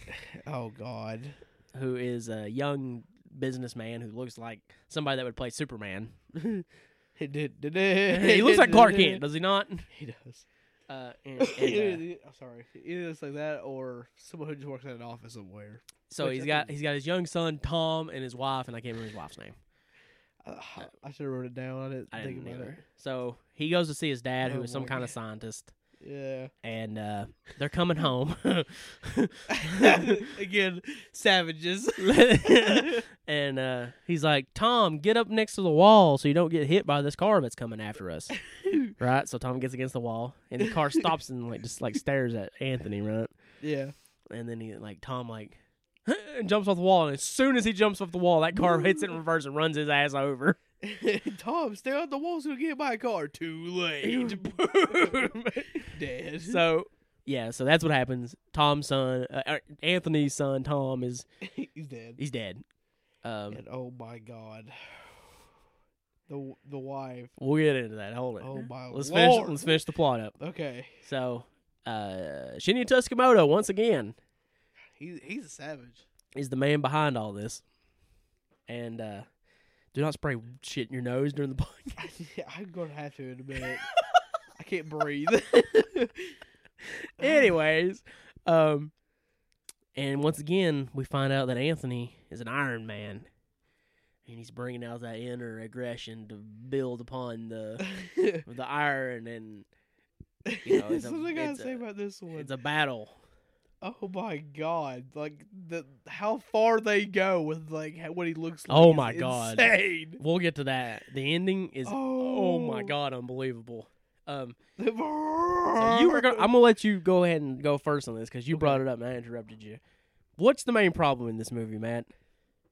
Oh God. who is a young businessman who looks like somebody that would play Superman. He did. did- he looks like Clark Kent, does he not? He does. Uh, and, and, uh, Either- I'm sorry. Either it's like that or someone who just works at an office somewhere. so Which he's I got think- he's got his young son Tom and his wife, and I can't remember his wife's name. Uh, I should have wrote it down. I didn't I think didn't about it. either. So he goes to see his dad, who Oh, is some boy. kind of scientist, Yeah. and uh, they're coming home. Again, savages. and uh, he's like, Tom, get up next to the wall so you don't get hit by this car that's coming after us. right? So Tom gets against the wall and the car stops and like just like stares at Anthony, right? yeah. And then he like Tom like and jumps off the wall and as soon as he jumps off the wall, that car hits it in reverse and runs his ass over. Tom, stay on the walls to get my car. Too late. Dead. So yeah, so that's what happens. Tom's son, uh, er, Anthony's son, Tom is he's dead. he's dead. Um, and oh my god, the the wife. we'll get into that. Hold it. Oh my let's finish. lord. Let's finish the plot up. Okay, So, uh, Shinya Tuskamoto, once again, he's he's a savage. is the man behind all this. And uh, do not spray shit in your nose during the podcast. I'm gonna have to in a minute. I can't breathe. Anyways, um, and once again, we find out that Anthony is an Iron Man. And he's bringing out that inner aggression to build upon the you the iron, and You know, it's a- something I gotta it's say a- about this one. it's a battle. oh my god, like the how far they go with like how, what he looks like. Oh is my God. insane. We'll get to that. The ending is oh, my Oh. god, unbelievable. Um, So So you were gonna, I'm gonna let you go ahead and go first on this because you Oh. Okay. brought it up and I interrupted you. What's the main problem in this movie, Matt?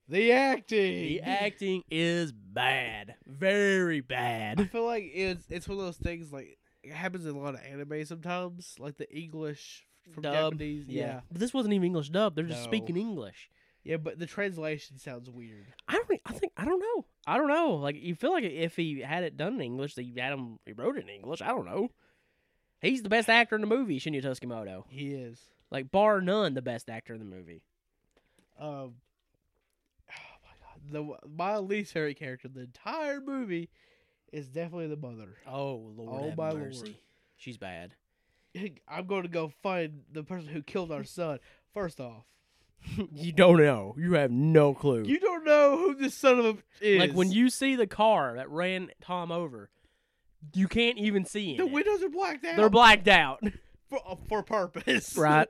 the acting. The acting is bad, very I bad. feel like it's it's one of those things like it happens in a lot of anime sometimes, like the English from Dub, Japanese. Yeah. yeah, but this wasn't even English dub. They're just No. speaking English. but the translation sounds weird. I don't. e, I think I don't know. I don't know. Like you feel like if he had it done in English, they had him. He wrote it in English. I don't know. He's the best actor in the movie, Shinya Tuskimoto. He is. Like bar none, the best actor in the movie. Um. Oh my god, the my least favorite character in the entire movie is definitely the mother. Oh lord, Oh, have my mercy. Lord. She's bad. I'm going to go find the person who killed our son. First off, you don't know. You have no clue. you don't know who this son of a is. Like when you see the car that ran Tom over, you can't even see the in it. windows are blacked out. They're blacked out, for, uh, for purpose, right?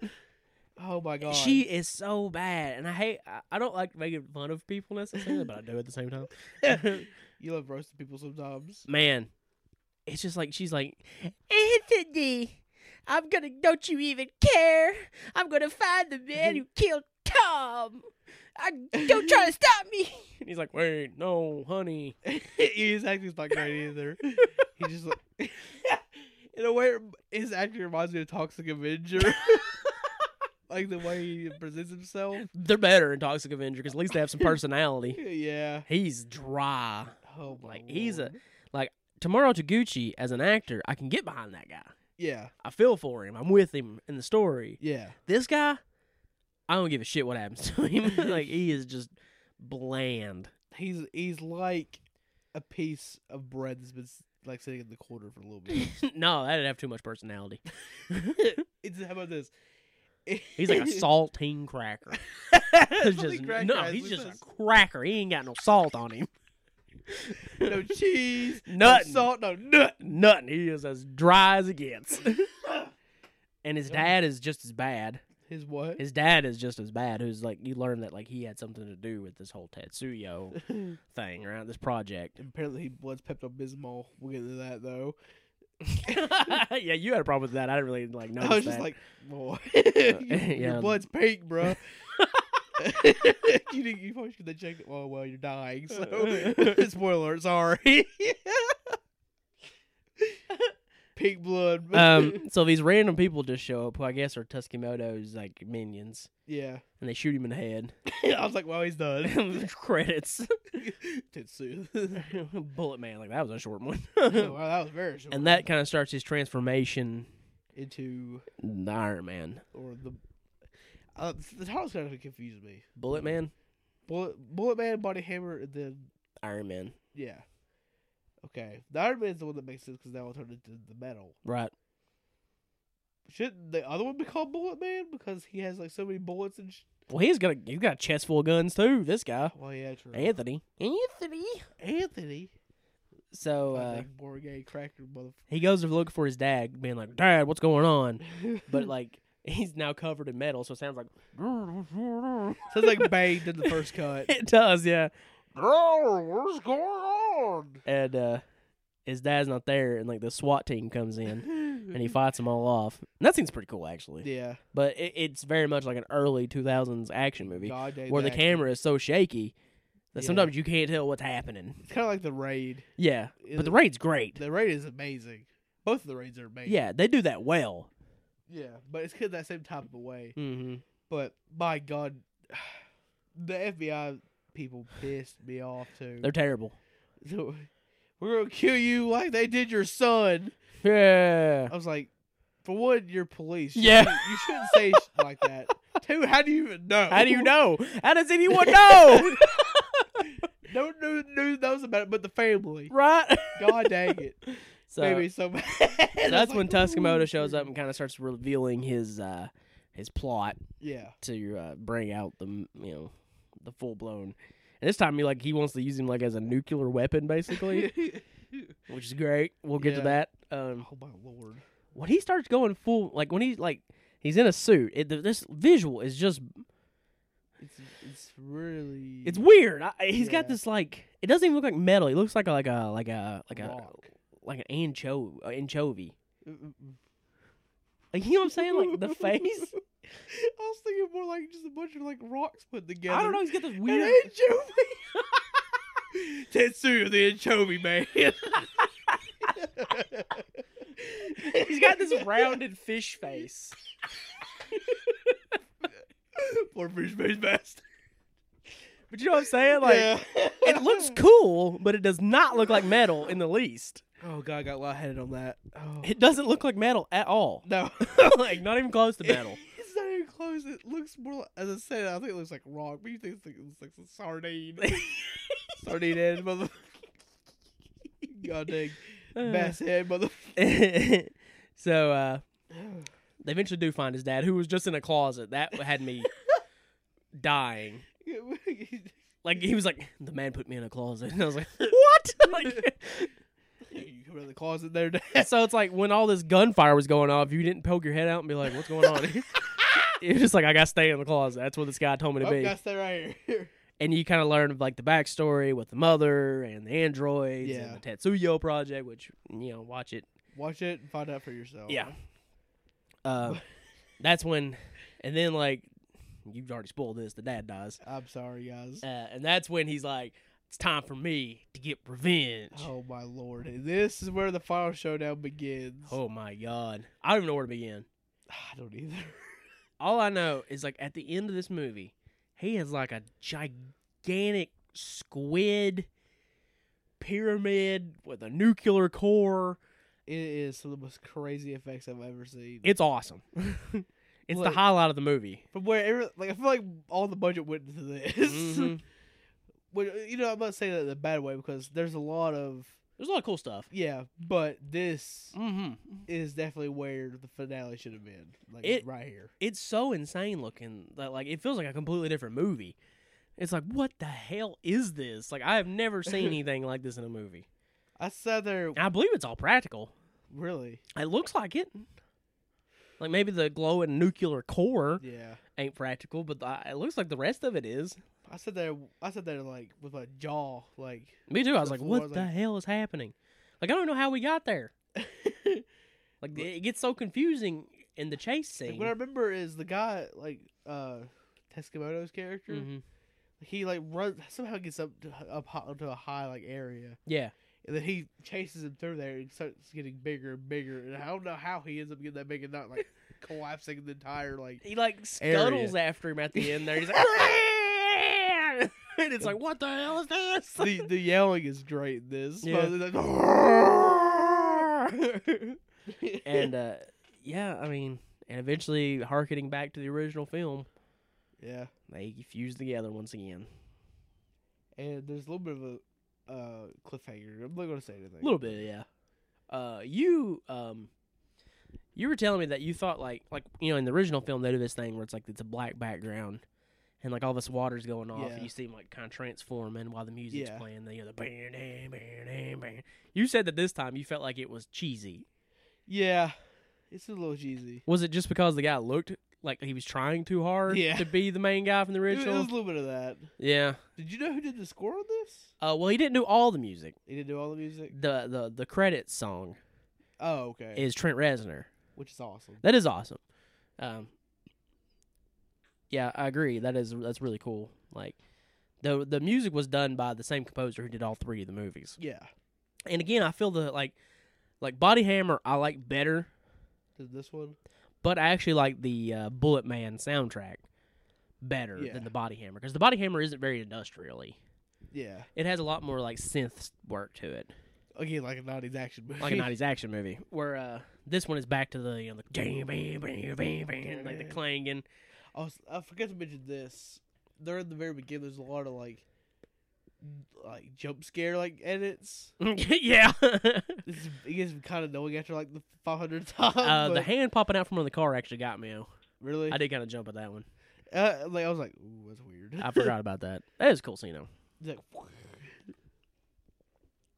oh my god, She is so bad, and I hate. I, I don't like making fun of people necessarily, but I do at the same time. you love roasting people sometimes. Man, it's just like she's like Anthony. I'm gonna. Don't you even care? I'm gonna find the man who killed Tom. I, don't try to stop me. And he's like, wait, no, honey. his acting's not great either. He just like, in a way, it rem- his acting reminds me of Toxic Avenger, like the way he presents himself. They're better in Toxic Avenger because at least they have some personality. Yeah. He's dry. Oh my. Like he's a lord. Tomorrow Taguchi as an actor, I can get behind that guy. Yeah. I feel for him. I'm with him in the story. Yeah. This guy, I don't give a shit what happens to him. like he is just bland. He's he's like a piece of bread that's been s- like sitting in the corner for a little bit. no, that'd have too much personality. it's how about this? He's like a saltine cracker. He's just- no, he's just a cracker. He ain't got no salt on him. no cheese, Nothing. no salt, no nut. Nothing. He is as dry as it gets. and his Yep. dad is just as bad. His what? His dad is just as bad. Who's like you learn that like he had something to do with this whole Tetsuyo thing, right? This project. Apparently, he bloods Pepto Bismol. We'll get into that though. yeah, you had a problem with that. I didn't really like notice I was just that. like, boy, your, yeah. blood's pink, bro. you didn't, you probably should have checked it. Well, well, you're dying. So, spoiler, sorry. pink blood. um, so these random people just show up, who I guess are Tuskimoto's like minions, yeah. and they shoot him in the head. I was like, well, he's done. Credits. Tetsu. Bullet Man, like that was a short one. wow, that was very short. and that kind of starts his transformation, into in the Iron Man, or the uh, the titles kind of confuse me. Bullet Man, Bullet Bullet Man, Body Hammer, and then Iron Man, yeah. Okay, the Iron Man's the one that makes sense because that one turned into the metal. right? Shouldn't the other one be called Bullet Man because he has like so many bullets and sh- Well, he's got a he's got a chest full of guns too. This guy, well, yeah, true. Anthony, Anthony. Anthony, So uh, Fucking Morgay cracker motherfucker. he goes to look for his dad, being like, "Dad, what's going on?" But like he's now covered in metal, so it sounds like sounds like Bane did the first cut. it does, yeah. Bro, what's going on? And uh, his dad's not there, and like the SWAT team comes in And and he fights them all off. And that seems pretty cool, actually. yeah, But it, it's very much like an early 2000s action movie God dang where the that. camera is so shaky that Yeah. sometimes you can't tell what's happening. It's kind of like the raid. Yeah, It- but the raid's great. The raid is amazing. Both of the raids are amazing. Yeah, they do that well. Yeah, but it's 'cause that same type of way. Mm-hmm. But my God, the FBI people pissed me off too. They're terrible. We're gonna kill you like they did your son. Yeah. I was like, for one, you're police. You Yeah. shouldn't- you shouldn't say shit like that. Two, how do you even know? How do you know? How does anyone know? No one knew, knew knows about it, but the family. right. God dang it, So, made me so mad. so that's when Tuskamoto shows up and kind of starts revealing his uh, his plot Yeah, to uh, bring out the m- you know the full blown. And this time, he like he wants to use him like as a nuclear weapon, basically, oh which is great. We'll get to Yeah. that. Um, Oh my lord. when he starts going full, like when he's like he's in a suit, it, th- this visual is just It's it's really it's weird. I, he's got Yeah. this like it doesn't even look like metal. He looks like a like a like a like a rock. like an ancho uh, anchovy. Mm-mm-mm. Like you know what I'm saying? Like the face. I was thinking more like just a bunch of like rocks put together. I don't know. He's got this An weird. anchovy. Tetsuya the anchovy man. He's got this rounded fish face. poor fish face bastard. But you know what I'm saying? Like it looks cool, but it does not look like metal in the least. Oh god, I got lightheaded on that. Oh. It doesn't look like metal at all. no, like not even close to metal. It's not even close. It looks more. Like, as I said, I think it looks like rock, but you think it's like, it's like some sardine. sardine head, mother. god dang, bass head, mother. so uh, they eventually do find his dad, who was just in a closet. That had me dying. Like he was like, the man put me in a closet, and I was like, what? Like, you come out of the closet there, Dad. so it's like when all this gunfire was going off, you didn't poke your head out and be like, what's going on? It's just like I gotta stay in the closet. That's where this guy told me to Oh, be. gotta stay right here. and you kind of learn like the backstory with the mother and the androids Yeah. and the Tetsuyo project, which you know, watch it. Watch it and find out for yourself. Yeah, uh, that's when, and then like you've already spoiled this. The dad dies, I'm sorry, guys. uh, and that's when he's like, "It's time for me to get revenge." Oh, Oh my lord, And this is where the final showdown begins. Oh my god, I don't even know where to begin. I don't either. All I know is like at the end of this movie, he has like a gigantic squid pyramid with a nuclear core. It is some of the most crazy effects I've ever seen. It's awesome. it's the Like- highlight of the movie. From where, every, like, I feel like all the budget went into this. Mhm. Which, you know, I'm not saying that in a bad way because there's a lot of There's a lot of cool stuff. yeah, but this Mm-hmm. is definitely where the finale should have been, like It- right here. It's so insane looking that like it feels like a completely different movie. It's like what the hell is this? Like I have never seen anything like this in a movie. I sat there, I believe it's all practical. really, It looks like it. Like maybe the glowing nuclear core yeah. ain't practical, but the, it looks like the rest of it is. I sat there, I sat there like with my jaw, like Me too. I was The like, floor, what like- the hell is happening? Like I don't know how we got there. Like it gets so confusing in the chase Like, scene. what I remember is the guy, like uh Teskimoto's character, Mhm. he like runs somehow gets up to, up hi- onto a high like area, Yeah. and And then he chases him through there and starts getting bigger and bigger. And I don't know how he ends up getting that big and not like collapsing the entire like He like Area. scuttles after him at the end there. He's like, and it's like, what the hell is this? the the yelling is great in this. Yeah. and and uh, yeah, I mean, and eventually harkening back to the original film, yeah. they fuse together once again. And there's a little bit of a uh, cliffhanger. I'm not gonna say anything. A little bit, yeah. Uh, you um, you were telling me that you thought like like you know in the original film they do this thing where it's like it's a black background. And like all this water's going off, Yeah. and you see him like kind of transforming while the music's Yeah. playing. The you know, the bam, bam, bam, bam, bam. You said that this time you felt like it was cheesy. Yeah. It's a little cheesy. Was it just because the guy looked like he was trying too hard Yeah. to be the main guy from the It was original? a little bit of that. yeah. Did you know who did the score on this? Uh, well, he didn't do all the music. He didn't do all the music. The the the credits song Oh, okay. is Trent Reznor. Which is awesome. That is awesome. Um, yeah, I agree. That is that's really cool. Like the the music was done by the same composer who did all three of the movies. Yeah. And again, I feel the like like Body Hammer I like better, Did this one? but I actually like the uh, Bullet Man soundtrack better Yeah. than the Body Hammer because the Body Hammer isn't very industrially. Yeah. It has a lot more like synth work to it. Again, like a 90s action movie. like a nineties action movie. Where uh, this one is back to the you know the bam, bam, bam, bam, bam, like the clanging. Also, I forgot to mention this. They're in the very beginning. There's a lot of like, like jump scare like edits. yeah, This is, it gets kind of knowing after like the 500 times. uh, the but hand popping out from under the car actually got me. oh. really, I did kind of jump at that one. Uh, like I was like, ooh, that's weird. I forgot about that. That is a cool scene though. It's like,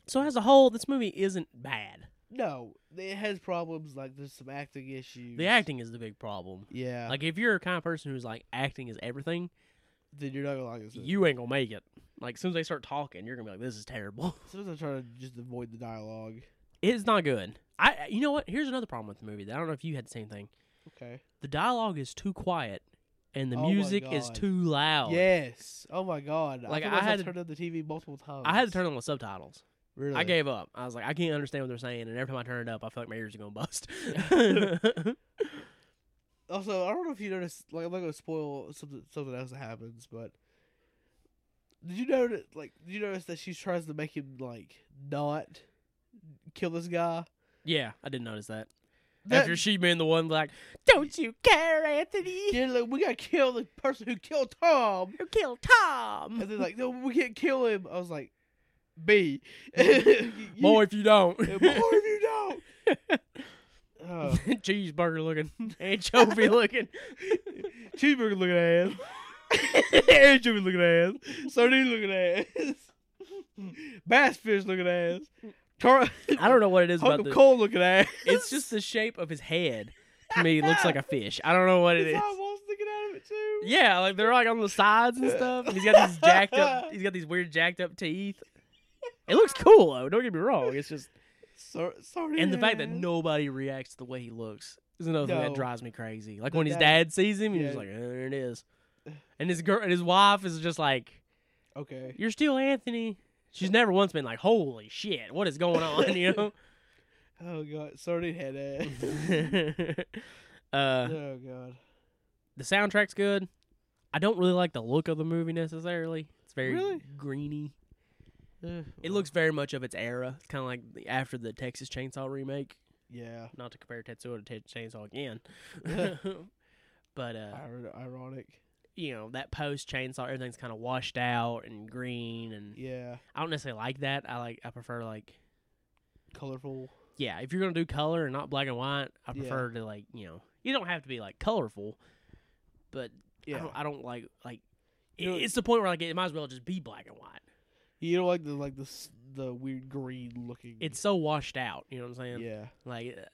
So as a whole, this movie isn't bad. no, it has problems. Like there's some acting issues. The acting is the big problem. Yeah. Like Like if you're a kind of person who's like acting is everything, then you're not gonna like this. You. you ain't gonna make it. Like as soon as they start talking, you're gonna be like, "This is terrible." Sometimes I try to just avoid the dialogue. it's not good. I, you know what? Here's another problem with the movie. That I don't know if you had the same thing. Okay. the dialogue is too quiet and the Oh my music is God. too loud. Yes. Oh my god. Like, I, I think had had to- turned on the TV multiple times. I had to turn on the subtitles. Really? I gave up. I was like, I can't understand what they're saying, and every time I turn it up, I feel like my ears are gonna bust. Also, I don't know if you noticed. Like, I'm not gonna spoil something something else that happens, but did you notice? Like, did you notice that she tries to make him like not kill this guy? yeah, I didn't notice that. That, After she being the one like, "Don't you care, Anthony? yeah, like, we gotta kill the person who killed Tom, You killed Tom." and they're like, no, we can't kill him. I was like, B, Boy, if you don't, boy, you don't. Oh, cheeseburger looking, anchovy looking. cheeseburger looking ass, anchovy looking ass, sardine looking ass, bass fish looking ass, tar- I don't know what it is about Uncle the. Cole looking ass. It's just the shape of his head. To me, it looks like a fish. I don't know what it His is. eyeballs sticking out of it too. Yeah, like they're like on the sides and stuff. And he's got these jacked up. He's got these weird jacked up teeth. It looks cool though. Don't get me wrong. It's just Sar- sardine and the fact that ass. nobody reacts to the way he looks is another thing that Mm-hmm. No. drives me crazy. Like The when his dad- dad sees him, he's yeah. just like, "Oh, "There it is." And his girl and his wife is just like, Okay. "You're still Anthony." She's never once been like, "Holy shit, what is going on?" You know. Oh god, sardine head ass. uh, oh god. the soundtrack's good. I don't really like the look of the movie necessarily. It's very Really? greeny. Ugh, It well, looks very much of its era. It's kind of like the- after the Texas Chainsaw remake. Yeah. Not to compare Tetsuo to Texas Chainsaw again, but uh, Ir- ironic. you know that post Chainsaw, everything's kind of washed out and green, and Yeah. I don't necessarily like that. I like I prefer like Colorful. yeah, if you're gonna do color and not black and white, I Yeah. prefer to like you know you don't have to be like colorful, but I, Yeah. don't, I don't like like You know- Mm. it- it's the point where like it might as well just be black and white. You don't like the like the s- the weird green looking. It's so washed out. You know what I'm saying? yeah. Like, uh,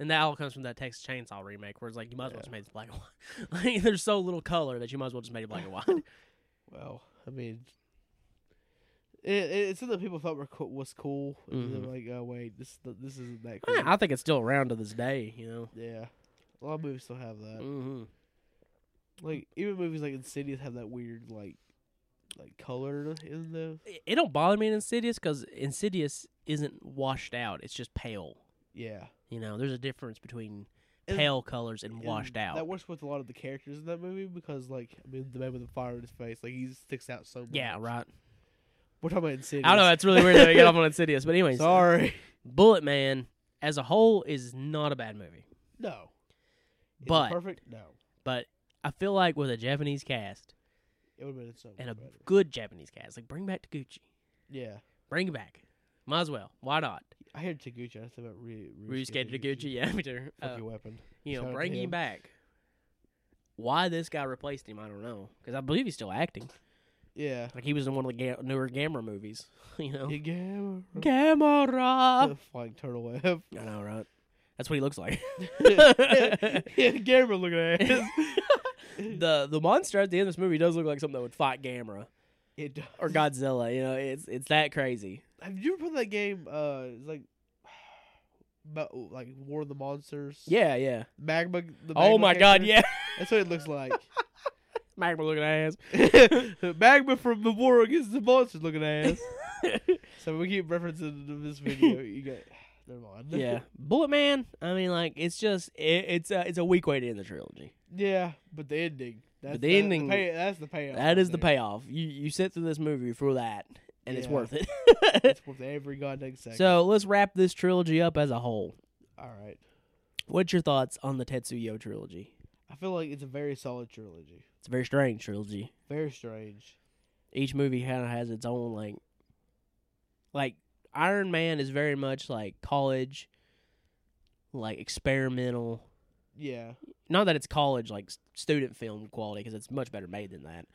and that all comes from that Texas Chainsaw remake, where it's like you might as well Yeah. just make it black and white. like, there's so little color that you might as well just make it black and white. Well, I mean, it, it- it's something people thought were co- was cool. And Mhm. then they're like, oh wait, this this isn't that cool. Yeah, Ah, I think it's still around to this day. You know. yeah. A lot of movies still have that. Mm-hmm. Like even movies like Insidious have that weird like like color in them. It, it don't bother me in Insidious because Insidious isn't washed out; it's just pale. Yeah. You know, there's a difference between And- pale colors and and washed out. That works with a lot of the characters in that movie because, like, I mean, the man with the fire in his face, like, he sticks out so much. yeah, right. We're talking about Insidious. I don't know. It's really weird that we got off on Insidious, but anyways, Sorry. Bullet Man as a whole is not a bad movie, No. Is it But- perfect. No. but I feel like with a Japanese cast It would have been so much and a better. good Japanese cast, like bring back Taguchi, Yeah. bring it back. Might as well. Why not? I heard Taguchi. I thought about Ry- Ryusuke Taguchi, yeah, me too. Uh, Fucking weapon. you Shout know, out to bring him him. back. Why this guy replaced him, I don't know, because I believe he's still acting. Yeah. Like he was in one of the ga- newer Gamera movies, you know. Yeah, Gamera. Gamera. The flying turtle web. I know, right? That's what he looks like. yeah, Gamera looking ass. the the monster at the end of this movie does look like something that would fight Gamera It does. or Godzilla. You know, it's it's that crazy. Have you ever played that game? Uh, it's like, about like War of the Monsters. Yeah, yeah. Magma. The oh magma my god, character? yeah. That's what it looks like. Magma looking ass. magma from the war against the monsters looking ass. so we keep referencing to this video. You got. Never mind. yeah, Bullet Man. I mean, like it's just it, it's a, it's a weak way to end the trilogy. yeah, but the ending. That's the that- ending- pay, that's the payoff. That is the payoff. payoff. You you sit through this movie for that, and it's Yeah. worth it. It's worth every goddamn second. so let's wrap this trilogy up as a whole. all right, What's your thoughts on the Tetsuyo trilogy? I feel like it's a very solid trilogy. It's a very strange trilogy. Very strange. each movie kind of has its own like like Iron Man is very much like college like experimental Yeah. not that it's college like s- student film quality because it's much better made than that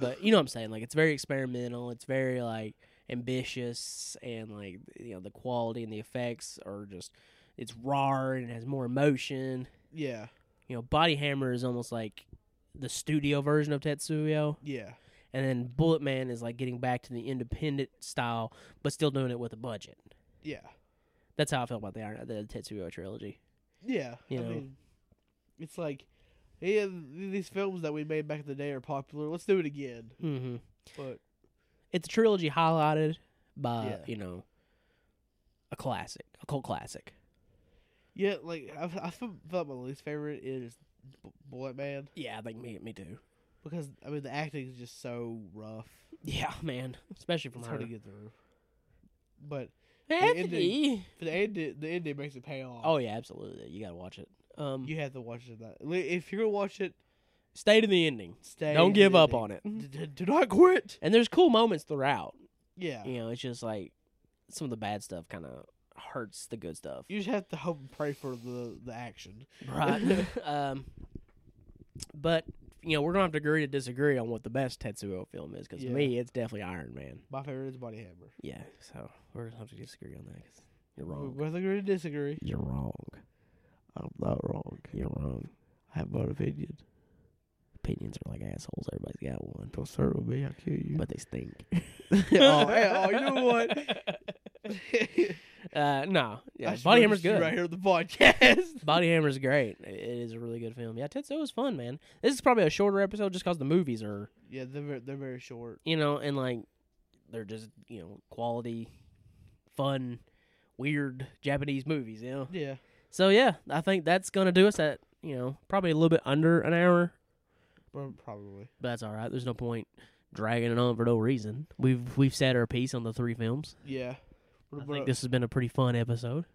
but you know what I'm saying like it's very experimental it's very like ambitious and like you know the quality and the effects are just it's raw and it has more emotion Yeah. you know Body Hammer is almost like the studio version of Tetsuyo Yeah. and then Bullet Man is like getting back to the independent style, but still doing it with a budget. Yeah. That's how I felt about the Iron the Tetsuo trilogy. Yeah. You I know. mean, it's like yeah, th- these films that we made back in the day are popular. Let's do it again. Mm-hmm. But It's a trilogy highlighted by Yeah. you know a classic, a cult classic. yeah, like I, I feel feel like my least favorite is B- Bullet Man Yeah, I think me me too. because I mean the acting is just so rough. Yeah, man, especially from It's her. hard to get through. But Anthony. for the end, the ending makes it pay off. Oh yeah, absolutely. You gotta watch it. Um, you have to watch it. That li- if you're gonna watch it, stay to the ending. stay. Don't in give the up ending. on it. D- d- do not quit. And there's cool moments throughout. Yeah, You know, it's just like some of the bad stuff kind of hurts the good stuff. you just have to hope and pray for the the action. Right. um, but you know, we're gonna have to agree to disagree on what the best Tetsuo film is. Because Yeah. me, it's definitely Iron Man. My favorite is Body Hammer. Yeah. So we're gonna have to disagree on that. Cause you're We're wrong. both agree to disagree. You're wrong. I'm not wrong. You're wrong. I have my opinion. Opinions are like assholes. Everybody's got one, Don't start with me. I'll kill you. but they stink. oh, hey, oh, you know what? Uh, no. I Yeah. should Body Hammer's register you good. Right here on the podcast. Body Hammer's great. It it is a really good film. Yeah, Tetsuo is fun, man. This is probably a shorter episode just because the movies are, yeah, they're very, they're very short. you know, and like they're just, you know, quality, fun, weird Japanese movies, you know. Yeah, So yeah, I think that's gonna do us at, you know, probably a little bit under an hour, prob- probably. but that's all right. There's no point dragging it on for no reason. We've we've said our piece on the three films. Yeah. I think this has been a pretty fun episode.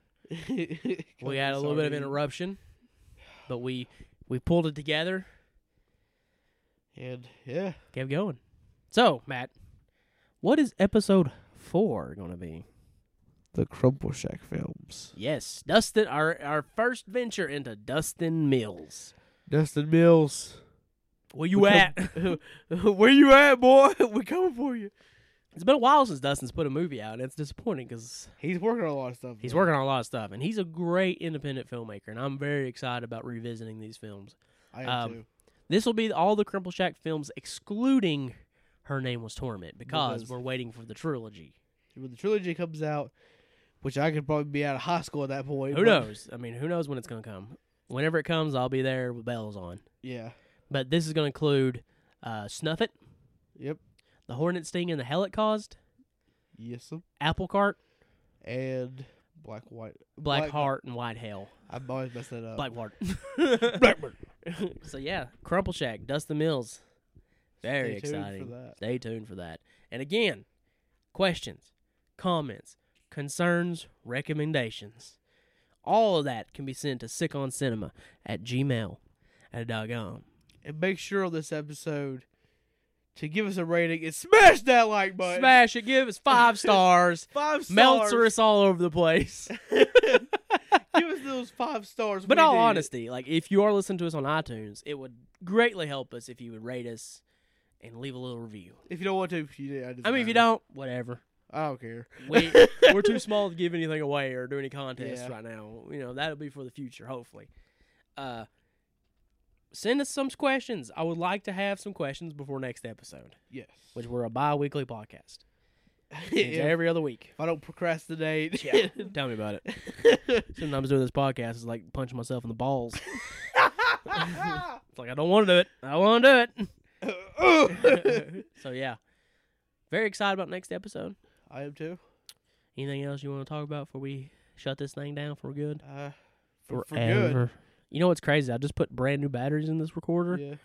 We had a little bit of interruption, but we we pulled it together. And yeah, kept going. So, Matt, what is episode four going to be? the Crumple Shack films. Yes, Dustin, our our first venture into Dustin Mills. Dustin Mills. Where you We at? Where you at, boy? We're coming for you. it's been a while since Dustin's put a movie out, and it's disappointing because He's working on a lot of stuff. he's though. working on a lot of stuff, and he's a great independent filmmaker, and I'm very excited about revisiting these films. I am um, too. This will be all the Crumple Shack films, excluding Her Name Was Torment, because Because- we're waiting for the trilogy. When the trilogy comes out, which I could probably be out of high school at that point. Who but- knows? I mean, who knows when it's going to come? Whenever it comes, I'll be there with bells on. Yeah. But this is going to include uh, Snuff It, Yep. The Hornet Sting and the Hell It Caused, Yes. sir. Apple Cart, and Black White. Black, Heart and White Hell. I always mess that up. Black Heart. Blackbird. so yeah, Crumple Shack, Dust the Mills. Very Stay tuned for exciting. that. Stay tuned for that. And again, questions, comments, concerns, recommendations. All of that can be sent to sickoncinema at gmail at doggone. And make sure on this episode to give us a rating and smash that like button. Smash it, give us five stars. Five stars. Meltzer us all over the place. give us those five stars. But we in all need it. honesty, like if you are listening to us on iTunes, it would greatly help us if you would rate us and leave a little review. if you don't want to, if you did, I, I mean, if you don't, whatever. I don't care. We we're too small to give anything away or do any contests Yeah. right now. You know that'll be for the future, hopefully. Uh, send us some questions. I would like to have some questions before next episode, Yes. which we're a bi-weekly podcast. It's if every other week. I don't procrastinate. Yeah, tell me about it. Sometimes doing this podcast is like punching myself in the balls. It's like I don't want to do it. I don't want to do it. so yeah, very excited about next episode. I am too. Anything else you want to talk about before we shut this thing down for good? Uh, for, for good. You know what's crazy? I just put brand new batteries in this recorder Yeah.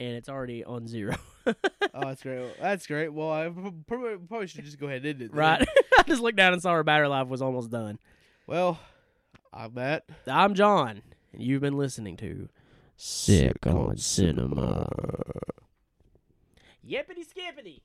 and it's already on zero. Oh, that's great. Well, that's great. Well, I prob- probably, probably should just go ahead and end it. then. right. I just looked down and saw our battery life was almost done. Well, I'm Matt. I'm John, and you've been listening to Sick on Cinema. Yippity skippity.